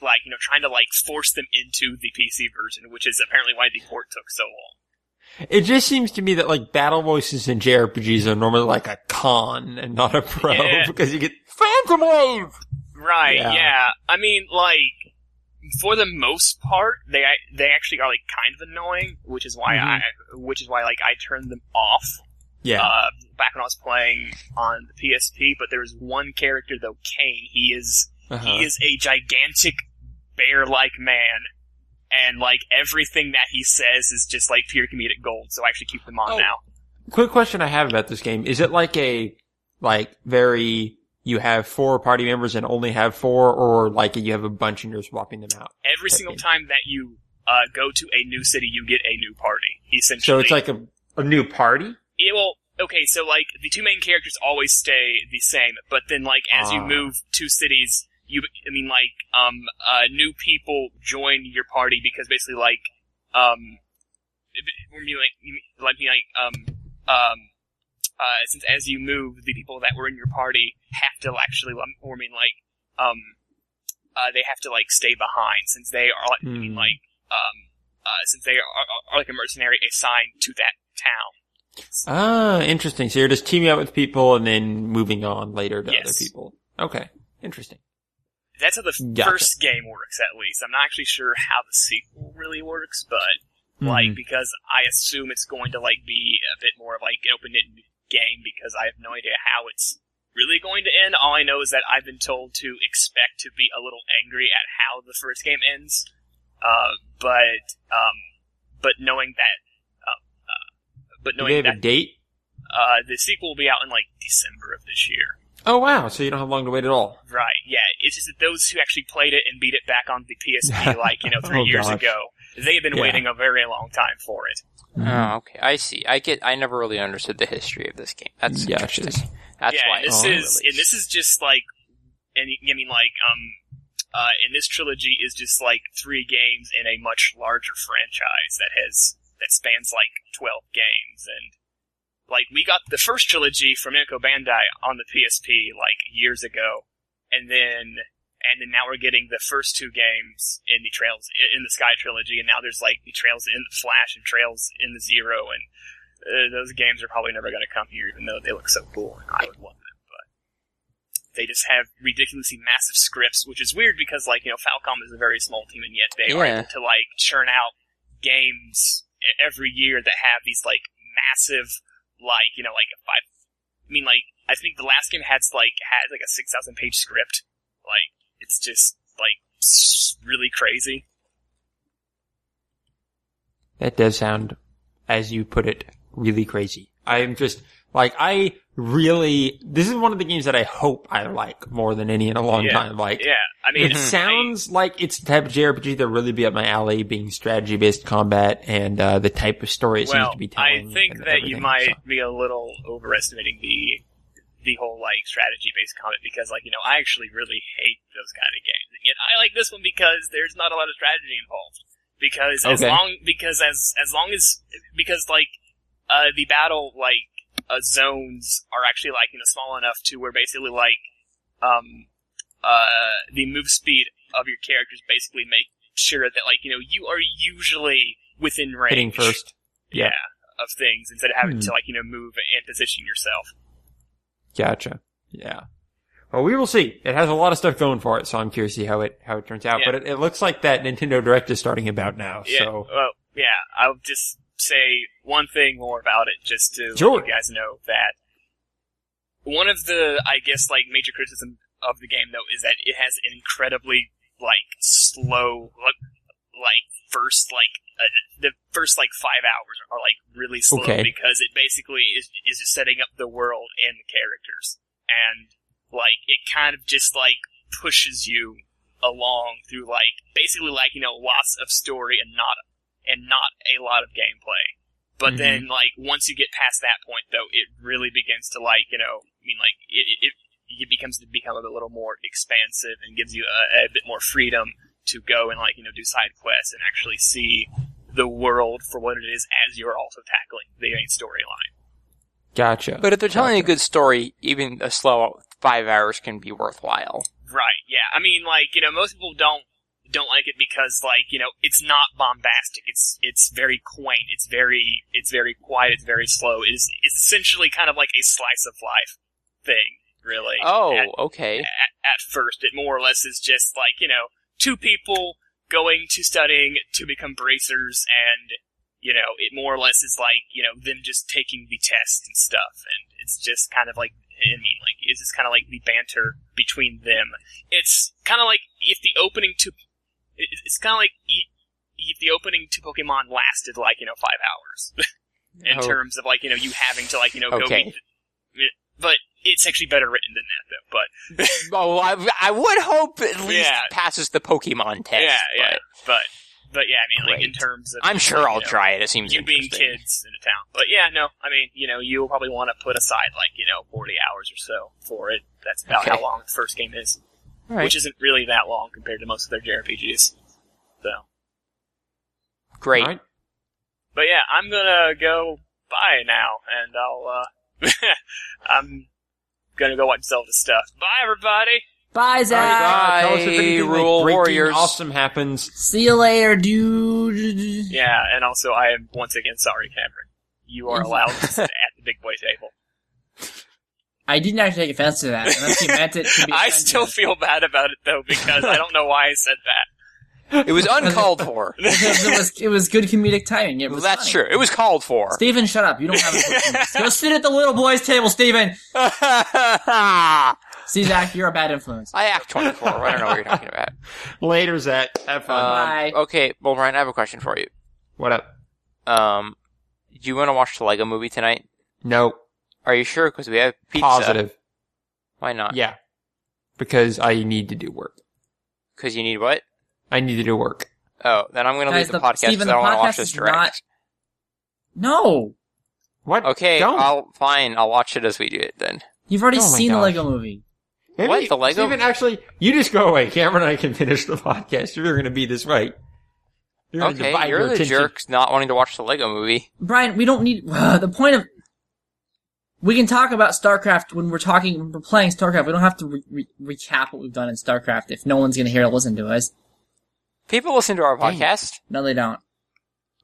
E: like, you know, trying to like force them into the PC version, which is apparently why the port took so long.
C: It just seems to me that like battle voices in JRPGs are normally like a con and not a pro
E: Yeah.
C: because you get Phantom Wave!
E: Right.
C: Yeah.
E: Yeah. I mean, like for the most part, they they actually are like kind of annoying, which is why I which is why like I turned them off
C: Yeah.
E: uh, back when I was playing on the PSP. But there was one character though, Kane. He is
C: Uh-huh.
E: he is a gigantic bear like man. And like everything that he says is just like pure comedic gold, so I actually keep them on
C: Oh.
E: now.
C: Quick question I have about this game. Is it like a, like very, you have four party members and only have four or like you have a bunch and you're swapping them out?
E: Every single time that you uh, go to a new city, you get a new party.
C: So
E: Essentially,
C: it's like a, a new party?
E: Yeah, well, okay, so like the two main characters always stay the same, but then like as you
C: Ah.
E: move two cities, you I mean like um uh new people join your party because basically like um I mean, like you mean- like I mean, like um um uh since as you move the people that were in your party have to actually um, or I mean like um uh they have to like stay behind since they are like I mean
C: Hmm.
E: like um uh since they are, are, are like a mercenary assigned to that town.
C: Ah, interesting. So you're just teaming up with people and then moving on later to
E: Yes.
C: other people. Okay. Interesting.
E: That's how the f-
C: Gotcha.
E: first game works, at least. I'm not actually sure how the sequel really works, but like because I assume it's going to like be a bit more of like an open ended game because I have no idea how it's really going to end. All I know is that I've been told to expect to be a little angry at how the first game ends, uh, but um, but knowing that, um, uh, but
C: do they
E: knowing
C: have
E: that
C: a date?
E: uh, the sequel will be out in like December of this year.
C: Oh wow, so you don't have long to wait at all.
E: Right, yeah. It's just that those who actually played it and beat it back on the PSP, like, you know, three
C: Oh,
E: years
C: gosh.
E: ago, they've been
C: Yeah.
E: waiting a very long time for it.
C: Mm-hmm.
B: oh, okay. I see. I get. I never really understood the history of this game. That's
C: Yeah, it's
B: interesting. That's
E: yeah,
B: why
E: and this
C: Oh,
B: it's
E: is, and this is just like, and I mean, like, um, uh, and this trilogy is just like three games in a much larger franchise that has, that spans like 12 games. And, like, we got the first trilogy from Namco Bandai on the PSP, like, years ago. And then, and then now we're getting the first two games in the Trails in the Sky trilogy, and now there's like the Trails in the Flash and Trails in the Zero, and uh, those games are probably never going to come here, even though they look so cool. and I would love them, but they just have ridiculously massive scripts, which is weird because like you know Falcom is a very small team, and yet they are
B: Yeah.
E: able to like churn out games e- every year that have these like massive, like you know like a five. I mean like I think the last game had like had like a six thousand page script, like it's just like s- really crazy.
C: That does sound, as you put it, really crazy. I am just like I really this is one of the games that I hope I like more than any in a long
E: Yeah.
C: time. Like
E: Yeah, I mean,
C: it
E: I-
C: sounds like it's the type of JRPG that really be up my alley, being strategy based combat and uh, the type of story it seems
E: well,
C: to be
E: I
C: telling.
E: think
C: and
E: that you
C: everything,
E: might
C: so.
E: be a little overestimating the the whole like strategy based comment because like you know I actually really hate those kind of games, and yet I like this one because there's not a lot of strategy involved. Because as
C: Okay.
E: long because as as long as because like uh, the battle like uh, zones are actually like you know small enough to where basically like um uh the move speed of your characters basically make sure that like you know you are usually within range
C: Hitting first.
E: yeah.
C: Yeah.
E: of things instead of having
C: Hmm.
E: to like you know move and position yourself.
C: Gotcha. Yeah. Well, we will see. It has a lot of stuff going for it, so I'm curious to see how it how it turns out.
E: Yeah.
C: But it, it looks like that Nintendo Direct is starting about now.
E: Yeah.
C: So
E: Well, yeah. I'll just say one thing more about it, just to
C: Sure.
E: let you guys know that one of the, I guess, like major criticism of the game though is that it has an incredibly like slow, like, like first like uh, the first like five hours are like really slow
C: Okay.
E: because it basically is is just setting up the world and the characters and like it kind of just like pushes you along through like basically like you know lots of story and not and not a lot of gameplay. But
C: Mhm.
E: then like once you get past that point though, it really begins to like you know I mean like it it, it becomes to become a little more expansive and gives you a, a bit more freedom to go and like you know do side quests and actually see the world for what it is as you're also tackling the main storyline.
C: gotcha.
B: But if they're telling a
C: Gotcha.
B: good story, even a slow five hours can be worthwhile.
E: Right. Yeah. I mean, like you know, most people don't don't like it because like you know it's not bombastic. It's it's very quaint. It's very it's very quiet. It's very slow. It's it's essentially kind of like a slice of life thing, really.
B: Oh,
E: at,
B: okay.
E: at, at first, it more or less is just like you know two people going to studying to become bracers and. You know, it more or less is like, you know, them just taking the test and stuff. And it's just kind of like, I mean, like, it's just kind of like the banter between them it's kind of like if the opening to it- it's kind of like e- if the opening to Pokemon lasted like you know five hours in
B: Oh.
E: terms of like you know you having to like you know go
B: Okay.
E: beat. th- But it's actually better written than that though. But
B: Oh, I, I would hope at least
E: Yeah.
B: it passes the Pokemon test.
E: yeah, yeah,
B: but
E: but but yeah, I mean like in
B: Great.
E: terms of
B: I'm sure
E: you
B: I'll
E: know,
B: try it. It seems
E: You being
B: interesting.
E: kids in the town, but yeah, no, I mean you know you'll probably want to put aside like you know forty hours or so for it. That's about
B: Okay.
E: how long the first game is,
B: All right.
E: which isn't really that long compared to most of their JRPGs. So.
B: Great.
C: All right.
E: But yeah, I'm gonna go buy now, and I'll, uh, I'm gonna go watch Zelda's stuff. Bye, everybody!
D: Bye,
C: All right,
D: Zach.
C: uh, tell us if anything like,
B: Rural
C: breaking
B: warriors.
C: awesome happens.
D: See you later, dude.
E: Yeah, and also, I am once again sorry, Cameron. You are allowed to sit at the big boy table.
D: I didn't actually take offense to that, unless you meant it to be
E: I still
D: offensive.
E: feel bad about it, though, because I don't know why I said that.
B: It was uncalled for.
D: Because it was it was good comedic timing. It was
B: That's
D: funny.
B: true. It was called for.
D: Steven, shut up. You don't have a Go sit at the little boys' table, Steven.
B: I
D: See, Zach, you're a bad influence.
B: act 24. I don't know what you're talking about.
F: Later, Zach. Have fun.
D: Bye.
B: Um, okay, well, Ryan, I have a question for you.
C: Uh, What up?
B: Um, do you want to watch the Lego movie tonight?
C: No.
B: Are you sure? Because we have pizza.
C: Positive.
B: Why not?
C: Yeah. Because I need to do work.
B: Because you need what?
C: I need to do work.
B: Oh, then I'm going to
D: Guys,
B: leave the, podcast
D: Steven,
B: because I don't want to watch
D: podcast
B: this
D: is
B: direct.
D: not- No,
C: What?
B: Okay, uh,
C: Don't.
B: I'll fine. I'll watch it as we do it then.
D: you've already
C: Oh my
D: seen the
C: gosh.
D: Lego Movie.
C: Maybe-
B: What, the Lego-
C: Steven, actually, you just go away. Cameron and I can finish the podcast. You're going to be this right. You're gonna
B: Okay,
C: divide
B: you're
C: your
B: the
C: attention.
B: jerks not wanting to watch the Lego movie.
D: Brian, we don't need the point of. We can talk about StarCraft when we're talking, when we're playing StarCraft. We don't have to re- re- recap what we've done in StarCraft if no one's going to hear or listen to us.
B: People listen to our podcast.
D: No, they don't.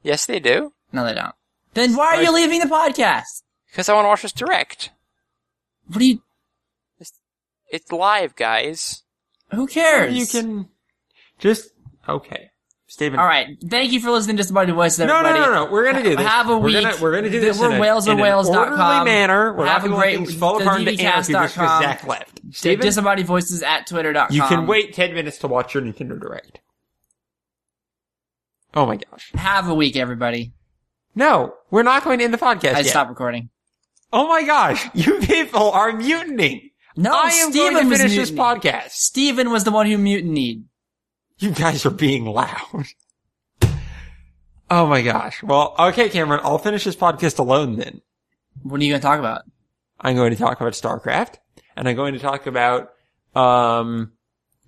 B: Yes, they do.
D: No, they don't. Then why are you leaving the podcast?
B: Because I want to watch this direct.
D: What do you?
B: It's live, guys.
D: Who cares?
C: You can just okay, Steven.
D: All right. Thank you for listening to Somebody Voice,
C: No,
D: everybody.
C: no, no, no. We're gonna do this.
D: Have a
C: we're
D: week.
C: Gonna, we're gonna do this.
D: We're
C: in a, in an
D: whalesandwhales.com.
C: orderly manner. We're
D: Have
C: not
D: a
C: gonna
D: great-
C: let things fall
D: the
C: apart into anarchy just because
D: DDcast.com.
C: Zach left.
D: Steven?
C: Steven,
D: Voices at twitter.com.
C: you can wait ten minutes to watch your Nintendo Direct. Oh my gosh!
D: Have a week, everybody.
C: No, we're not going to end the podcast
D: I
C: yet.
D: stopped recording.
C: Oh my gosh! You people are mutinying.
D: No,
C: I am
D: Steven
C: going to
D: was
C: finish this
D: mutiny.
C: podcast.
D: Steven was the one who mutinied.
C: You guys are being loud. Oh my gosh. Well, okay, Cameron, I'll finish this podcast alone then.
D: What are you going to talk about?
C: I'm going to talk about StarCraft, and I'm going to talk about um,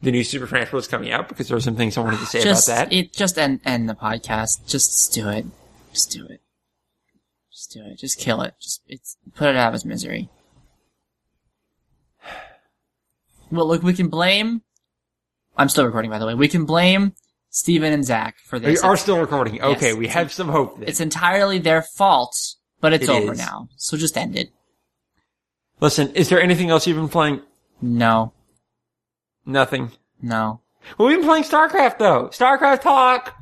C: the new Super Smash Bros. coming out because there are some things I wanted to say
D: just
C: about that.
D: it. Just end end the podcast. Just do it. Just do it. Just do it. Just kill it. Just it's put it out of its misery. Well, look, we can blame. I'm still recording, by the way. We can blame Steven and Zach for
C: we
D: this.
C: are still recording. Okay, we
D: it's
C: have some hope. Then.
D: it's entirely their fault, but it's
C: It
D: over
C: is.
D: now. So just end it.
C: Listen, is there anything else you've been playing?
D: No,
C: Nothing.
D: no,
C: Well, we've been playing StarCraft though. StarCraft talk.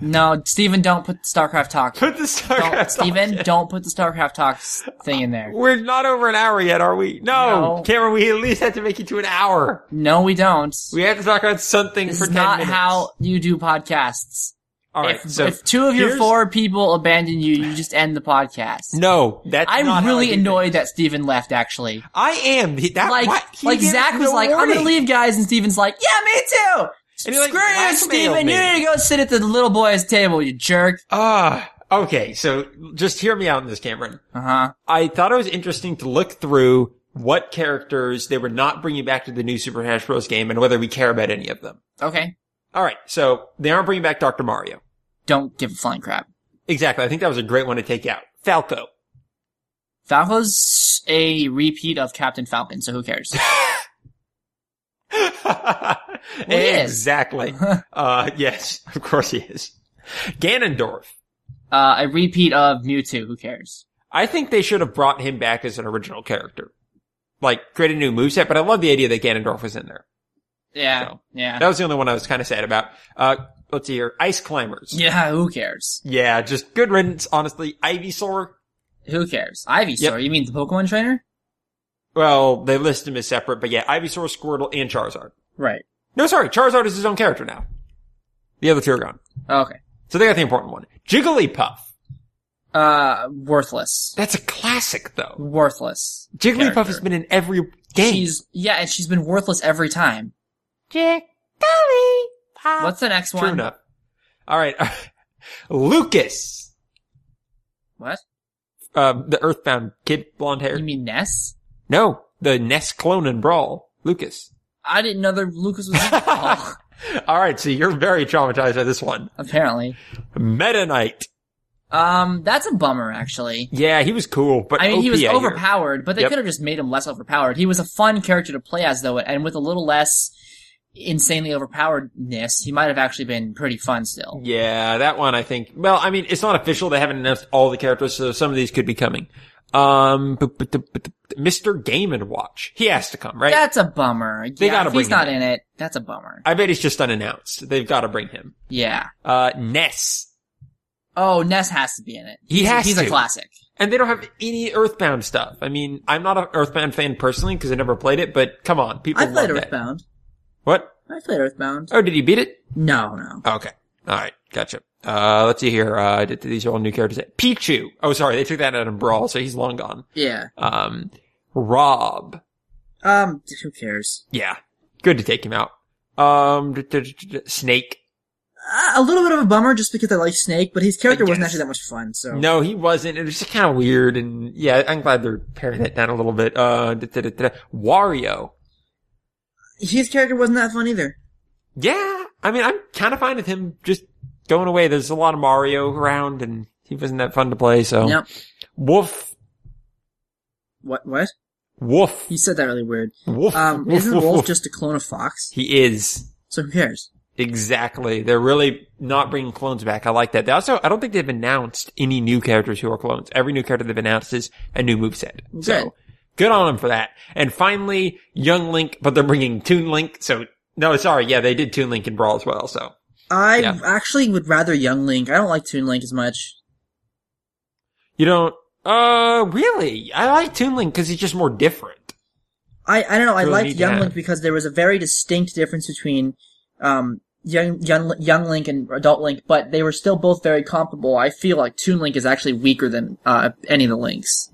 D: no. Steven, don't put StarCraft talk.
C: Put the StarCraft.
D: Don't,
C: talk-
D: Steven, don't put the StarCraft talk s- thing in there.
C: We're not over an hour yet, are we? No,
D: No.
C: Cameron. We at least have to make it to an hour.
D: No, we don't.
C: We have to talk about something
D: This
C: for
D: is
C: 10
D: not
C: minutes.
D: how you do podcasts.
C: All right.
D: if,
C: so
D: if two of your
C: here's-
D: four people abandon you, you just end the podcast.
C: No, that's not
D: I'm
C: how I
D: really
C: do
D: annoyed that Steven left. Actually,
C: things. I am. He- That,
D: like,
C: why- he
D: like
C: gave us
D: Zach was
C: no
D: like, "I'm
C: warning.
D: gonna leave, guys," and Steven's like, "Yeah, me too."
C: And he, like,
D: Screw you,
C: blackmailed
D: Steven. You
C: me.
D: need to go sit at the little boy's table, you jerk.
C: Ah, okay. So just hear me out on this, Cameron.
D: Uh huh.
C: I thought it was interesting to look through what characters they were not bringing back to the new Super Smash Bros. game and whether we care about any of them.
D: Okay.
C: All right. So they aren't bringing back Dr. Mario.
D: Don't give a flying crap.
C: Exactly. I think that was a great one to take out. Falco.
D: Falco's a repeat of Captain Falcon, so who cares? is.
C: exactly. uh, yes, of course he is. Ganondorf.
D: uh, a repeat of Mewtwo, who cares?
C: I think they should have brought him back as an original character. Like, create a new moveset, but I love the idea that Ganondorf was in there.
D: Yeah.
C: So.
D: Yeah.
C: That was the only one I was kind of sad about. Uh, let's see here. Ice Climbers.
D: Yeah, who cares?
C: Yeah, just good riddance, honestly. Ivysaur.
D: Who cares? Ivysaur, you mean the Pokemon trainer?
C: Well, they list him as separate, but yeah, Ivysaur, Squirtle, and Charizard.
D: Right.
C: No, sorry, Charizard is his own character now. The other two are gone.
D: Okay.
C: So they got the important one. Jigglypuff.
D: Uh, worthless.
C: That's a classic, though.
D: Worthless.
C: Jigglypuff
D: character.
C: has been in every game.
D: She's, yeah, and she's been worthless every time.
A: Chick Dowie Pop
D: What's the next
C: True
D: one?
C: enough. All right, Lucas,
D: What?
C: um, the Earthbound kid, blonde hair.
D: You mean Ness?
C: no, the Ness clone and brawl, Lucas.
D: I didn't know that Lucas was in oh,
C: All right, so you're very traumatized by this one.
D: apparently.
C: Meta Knight.
D: Um, that's a bummer, actually.
C: Yeah, he was cool, but
D: I mean, he
C: OP
D: was
C: out here.
D: overpowered, but they
C: Yep.
D: could have just made him less overpowered. He was a fun character to play as, though, and with a little less insanely overpoweredness, he might have actually been pretty fun still.
C: Yeah, that one I think. Well, I mean, it's not official. They haven't announced all the characters, so some of these could be coming. Um, but, but, but, but Mr. Game and Watch. He has to come, right?
D: That's a bummer.
C: They
D: yeah,
C: gotta
D: if he's
C: bring him
D: not
C: in.
D: in it, that's a bummer.
C: I bet he's just unannounced. They've got to bring him.
D: Yeah.
C: Uh, Ness.
D: Oh, Ness has to be in it.
C: He
D: He's-
C: has
D: He's
C: to.
D: a classic.
C: And they don't have any Earthbound stuff. I mean, I'm not an Earthbound fan personally because I never played it, but come on, people
D: I played
C: love that.
D: Earthbound.
C: What?
D: I played Earthbound.
C: Oh, did you beat it?
D: No, no.
C: Okay. All right. Gotcha. Uh, let's see here. Uh, th- these are all new characters. Pichu. Oh, sorry. They took that out in Brawl, so he's long gone.
D: Yeah.
C: Um, Rob.
D: Um, who cares?
C: Yeah. Good to take him out. Um, d- d- d- d- Snake.
D: A little bit of a bummer just because I like Snake, but his character
C: I wasn't guess. actually
D: that much fun, so.
C: No, he wasn't. It was just kind of weird. And yeah, I'm glad they're paring that down a little bit. Uh, d- d- d- d- Wario.
D: His character wasn't that fun either.
C: Yeah, I mean, I'm kind of fine with him just going away. There's a lot of Mario around, and he wasn't that fun to play. So
D: Yep.
C: Wolf,
H: What? What?
C: Wolf,
H: You said that really weird.
C: Wolf.
H: Um,
C: Wolf,
H: isn't
C: Wolf,
H: Wolf
C: Wolf.
H: just a clone of Fox?
C: He is
H: So who cares?
C: exactly. They're really not bringing clones back. I like that. They also, I don't think they've announced any new characters who are clones. Every new character they've announced is a new moveset.
H: Good.
C: So good on them for that. And finally, Young Link, but they're bringing Toon Link. So no, sorry, yeah, they did Toon Link in Brawl as well. So
H: I
C: Yeah.
H: actually would rather Young Link. I don't like Toon Link as much.
C: You don't. Uh, really? I like Toon Link because he's just more different.
H: I I don't know. I
C: Really
H: liked
C: need to
H: Young
C: have.
H: Link because there was a very distinct difference between um young young young Link and adult Link, but they were still both very comparable. I feel like Toon Link is actually weaker than uh any of the Links.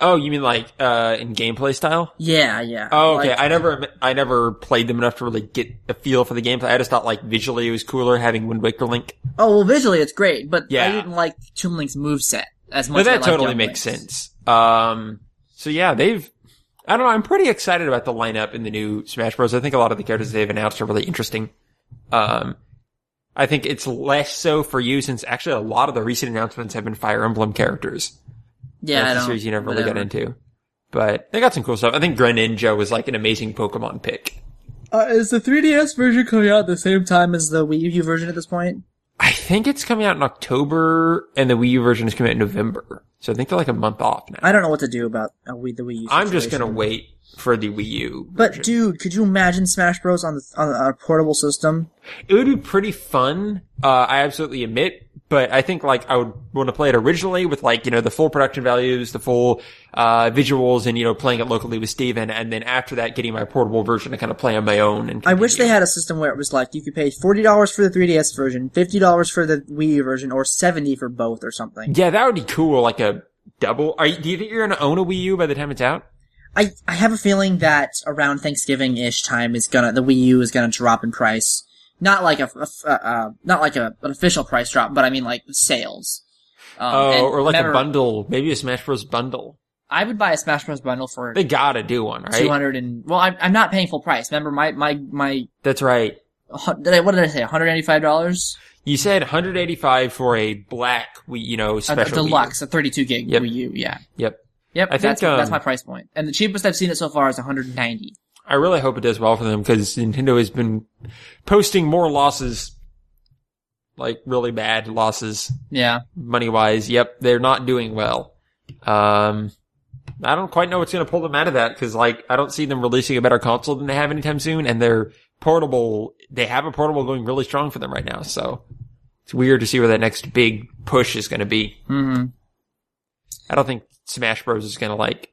C: Oh, you mean like uh in gameplay style?
H: Yeah, yeah.
C: Oh, okay.
H: Like,
C: I never, I never played them enough to really get a feel for the gameplay. I just thought like visually it was cooler having Wind Waker Link.
H: oh well, visually it's great, but
C: Yeah.
H: I didn't like Toon Link's moveset as much.
C: No,
H: as I
C: that
H: liked
C: totally
H: Young
C: makes
H: Link's.
C: sense. Um, So yeah, they've. I don't know. I'm pretty excited about the lineup in the new Smash Bros. I think a lot of the characters they've announced are really interesting. Um, I think it's less so for you since actually a lot of the recent announcements have been Fire Emblem characters.
D: Yeah, I
C: That's a
D: don't-
C: series you never really
D: whatever.
C: got into. But they got some cool stuff. I think Greninja was like an amazing Pokemon pick.
H: Uh, is the 3DS version coming out at the same time as the Wii U version at this point?
C: I think it's coming out in October, and the Wii U version is coming out in November. So I think they're like a month off now.
H: I don't know what to do about a Wii, the Wii U.
C: I'm just gonna
H: situation.
C: wait for the Wii U.
H: But
C: version.
H: dude, could you imagine Smash Bros on the on a portable system?
C: it would be pretty fun. Uh, I absolutely admit, but I think like I would want to play it originally with like, you know, the full production values, the full, uh, visuals and, you know, playing it locally with Steven. And then after that, getting my portable version to kind of play on my own. And
H: I wish they
C: continue.
H: had a system where it was like you could pay forty dollars for the 3DS version, fifty dollars for the Wii U version, or seventy for both or something.
C: Yeah, that would be cool. Like a double. Are you, do you think you're going to own a Wii U by the time it's out?
H: I I have a feeling that around Thanksgiving ish time is gonna the Wii U is gonna drop in price. Not like a, a- a- uh, not like a, an official price drop, but I mean like sales. Um,
C: oh,
H: and
C: or like a
H: remember-
C: bundle, maybe a Smash Bros. bundle.
D: I would buy a Smash Bros. bundle for
C: They gotta do one,
D: two
C: right?
D: hundred and well, I'm, I'm not paying full price. Remember my my my
C: That's right.
D: hu- did I, what did I say? One hundred eighty five dollars,
C: You said 185 for a black, Wii, you know,
D: a,
C: special Wii U.
D: deluxe, a thirty two gig
C: Yep.
D: Wii U. Yeah,
C: Yep.
D: yep.
C: I think,
D: that's
C: um,
D: that's my price point, and the cheapest I've seen it so far is one hundred ninety.
C: I really hope it does well for them because Nintendo has been posting more losses, like really bad losses,
D: Yeah,
C: money wise. Yep, they're not doing well. Um, I don't quite know what's going to pull them out of that because, like, I don't see them releasing a better console than they have anytime soon, and their portable, they have a portable going really strong for them right now. So it's weird to see where that next big push is going to be.
H: mm-hmm.
D: hmm
C: I don't think Smash Bros is going to like.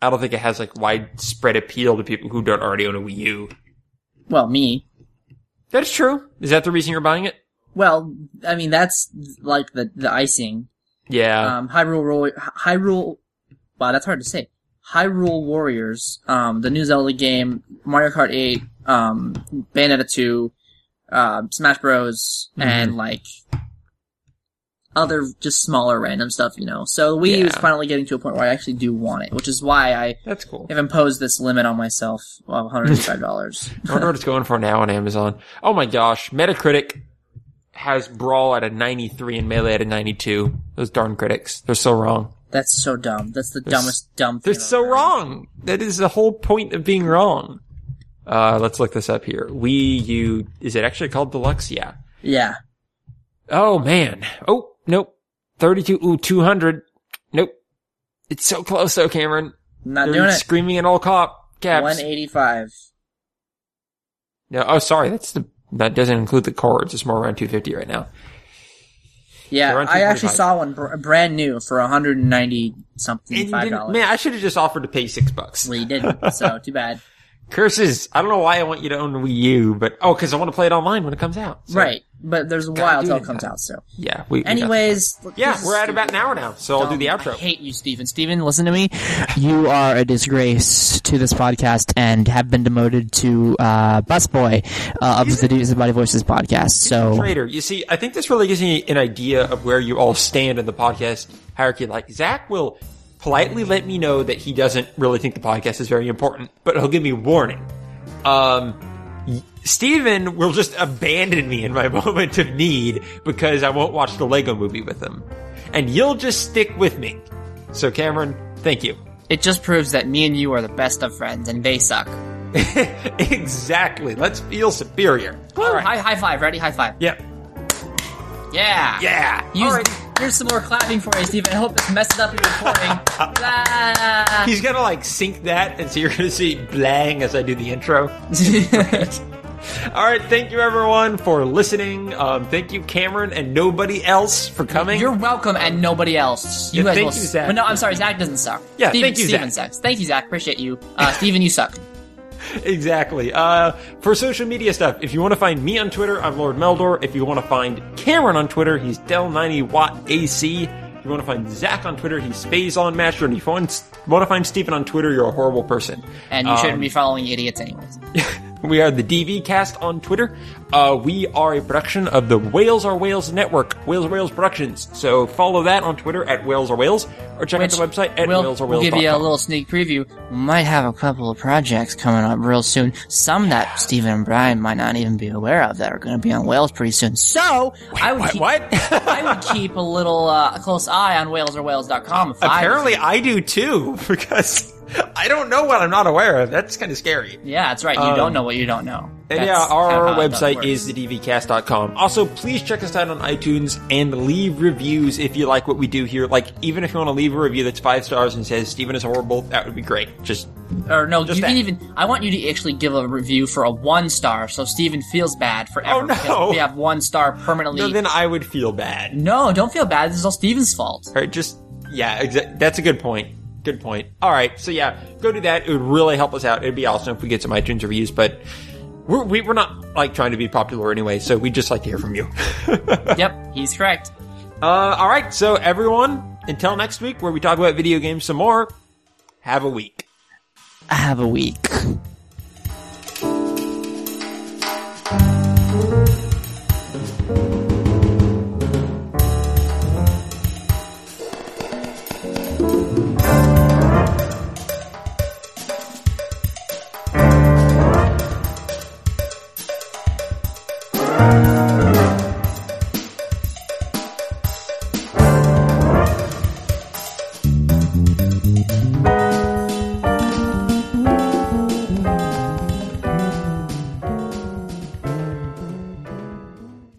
C: I don't think it has like widespread appeal to people who don't already own a Wii U.
H: Well, me.
C: That's true. Is that the reason you're buying it?
H: Well, I mean that's like the the icing.
D: Uh,
C: Yeah.
H: um, Hyrule Ro- Hyrule. Wow, that's hard to say. Hyrule Warriors, um, the new Zelda game, Mario Kart 8, um, Bayonetta 2, um, Smash Bros,
C: Mm-hmm.
H: and like other just smaller random stuff, you know. So Wii U is
C: Yeah.
H: finally getting to a point where I actually do want it, which is why I
C: That's cool.
H: have imposed this limit on myself of $185.
C: I wonder what it's going for now on Amazon. Oh my gosh. Metacritic has Brawl at a 93 and Melee at a 92. Those darn critics. They're so wrong.
H: that's so dumb. That's the
C: They're s-
H: dumbest dumb thing.
C: They're so wrong. That is the whole point of being wrong. Uh, let's look this up here. Wii U, is it actually called Deluxe? Yeah.
H: Yeah.
C: Oh man. Oh, nope. 32, ooh, 200. Nope. It's so close though, Cameron.
H: I'm not
C: They're
H: doing it.
C: screaming in all cop caps.
H: 185.
C: No, oh, sorry. That's the that doesn't include the cards. It's more around 250 right now. They're
H: Yeah,
C: on
H: I actually
C: 225.
H: saw one br- brand new for 190 something five dollars.
C: man, I should have just offered to pay six bucks.
H: Well, you didn't, so too bad.
C: Curses! I don't know why I want you to own a Wii U, but oh, because I want to play it online when it comes out. So,
H: right, but there's a
C: Gotta
H: while
C: do
H: till it
C: that.
H: comes out. So,
C: Yeah. We, we got-
H: anyways, look,
C: yeah,
H: this is
C: we're at about an
H: stupid.
C: hour now, so I'll do the
D: Um,
C: outro.
D: I hate you, Steven. Steven, listen to me. You are a disgrace to this podcast and have been demoted to uh, busboy uh, of the Dudes and Body Voices podcast. So
C: Traitor. You see, I think this really gives me an idea of where you all stand in the podcast hierarchy. Like, Zach will politely let me know that he doesn't really think the podcast is very important, but he'll give me warning. Um, y- Steven will just abandon me in my moment of need because I won't watch the Lego movie with him. And you'll just stick with me. So, Cameron, thank you.
D: it just proves that me and you are the best of friends, and they suck.
C: exactly. Let's feel superior. All right.
D: High, high five. Ready? High five.
C: Yep.
D: Yeah.
C: Yeah.
D: Use,
C: all right.
D: Here's some more clapping for you, Steven. I hope this messes up your recording. Blah.
C: He's gonna like sync that, and so you're gonna see blang as I do the intro. All right, thank you everyone for listening. Um, thank you, Cameron, and nobody else for coming.
D: You're welcome, and nobody else. You
C: Yeah,
D: guys
C: thank
D: will
C: you,
D: s-
C: Zach.
D: But no, I'm sorry, Zach doesn't suck.
C: Yeah,
D: Steven,
C: thank you,
D: Steven
C: Zach.
D: sucks. Thank you, Zach. Appreciate you. Uh, Steven, you suck.
C: exactly. Uh, for social media stuff, if you want to find me on Twitter, I'm Lord Meldor. If you want to find Cameron on Twitter, he's Del90 Watt AC. If you want to find Zach on Twitter, he's Phase on Master. And if you want, want to find Stephen on Twitter, you're a horrible person.
D: And you
C: Um,
D: shouldn't be following idiots anyways.
C: We are the DV Cast on Twitter. Uh, we are a production of the Whales Are Whales Network, Whales Are Whales Productions. So follow that on Twitter at Whales Are Whales, or check out the
D: Which
C: website at
D: we'll,
C: Whales Are
D: we'll
C: Whales.
D: give you a little sneak preview. Might have a couple of projects coming up real soon. Some that Stephen and Brian might not even be aware of that are going to be on Wales pretty soon. So I would
F: What?
D: keep,
F: what?
D: I would keep a little uh, a close eye on whalesorwhales.com. If I-
F: Apparently, I do too because I don't know what I'm not aware of. That's kind of scary.
D: yeah, that's right. You
C: Um,
D: don't know what you don't know.
C: And
D: That's
C: yeah,
D: kinda
C: our
D: how that
C: website
D: works.
C: is thedvcast.com. Also, please check us out on iTunes and leave reviews if you like what we do here. Like, even if you want to leave a review that's five stars and says Steven is horrible, that would be great. Just
D: or no,
F: just
D: you can
F: that.
D: even. I want you to actually give a review for a one star, so Steven feels bad forever.
C: Oh, no.
D: because We have one star permanently.
C: no, then I would feel bad.
D: no, don't feel bad. This is all Steven's fault.
C: All right, just yeah, exa- that's a good point. Good point. All right, so yeah, go do that. It would really help us out. It'd be awesome if we get some iTunes reviews, but we're we, we're not like trying to be popular anyway, so we just like to hear from you.
D: Yep, he's correct.
C: Uh, all right, so everyone, until next week where we talk about video games some more, have a week.
D: Have a week.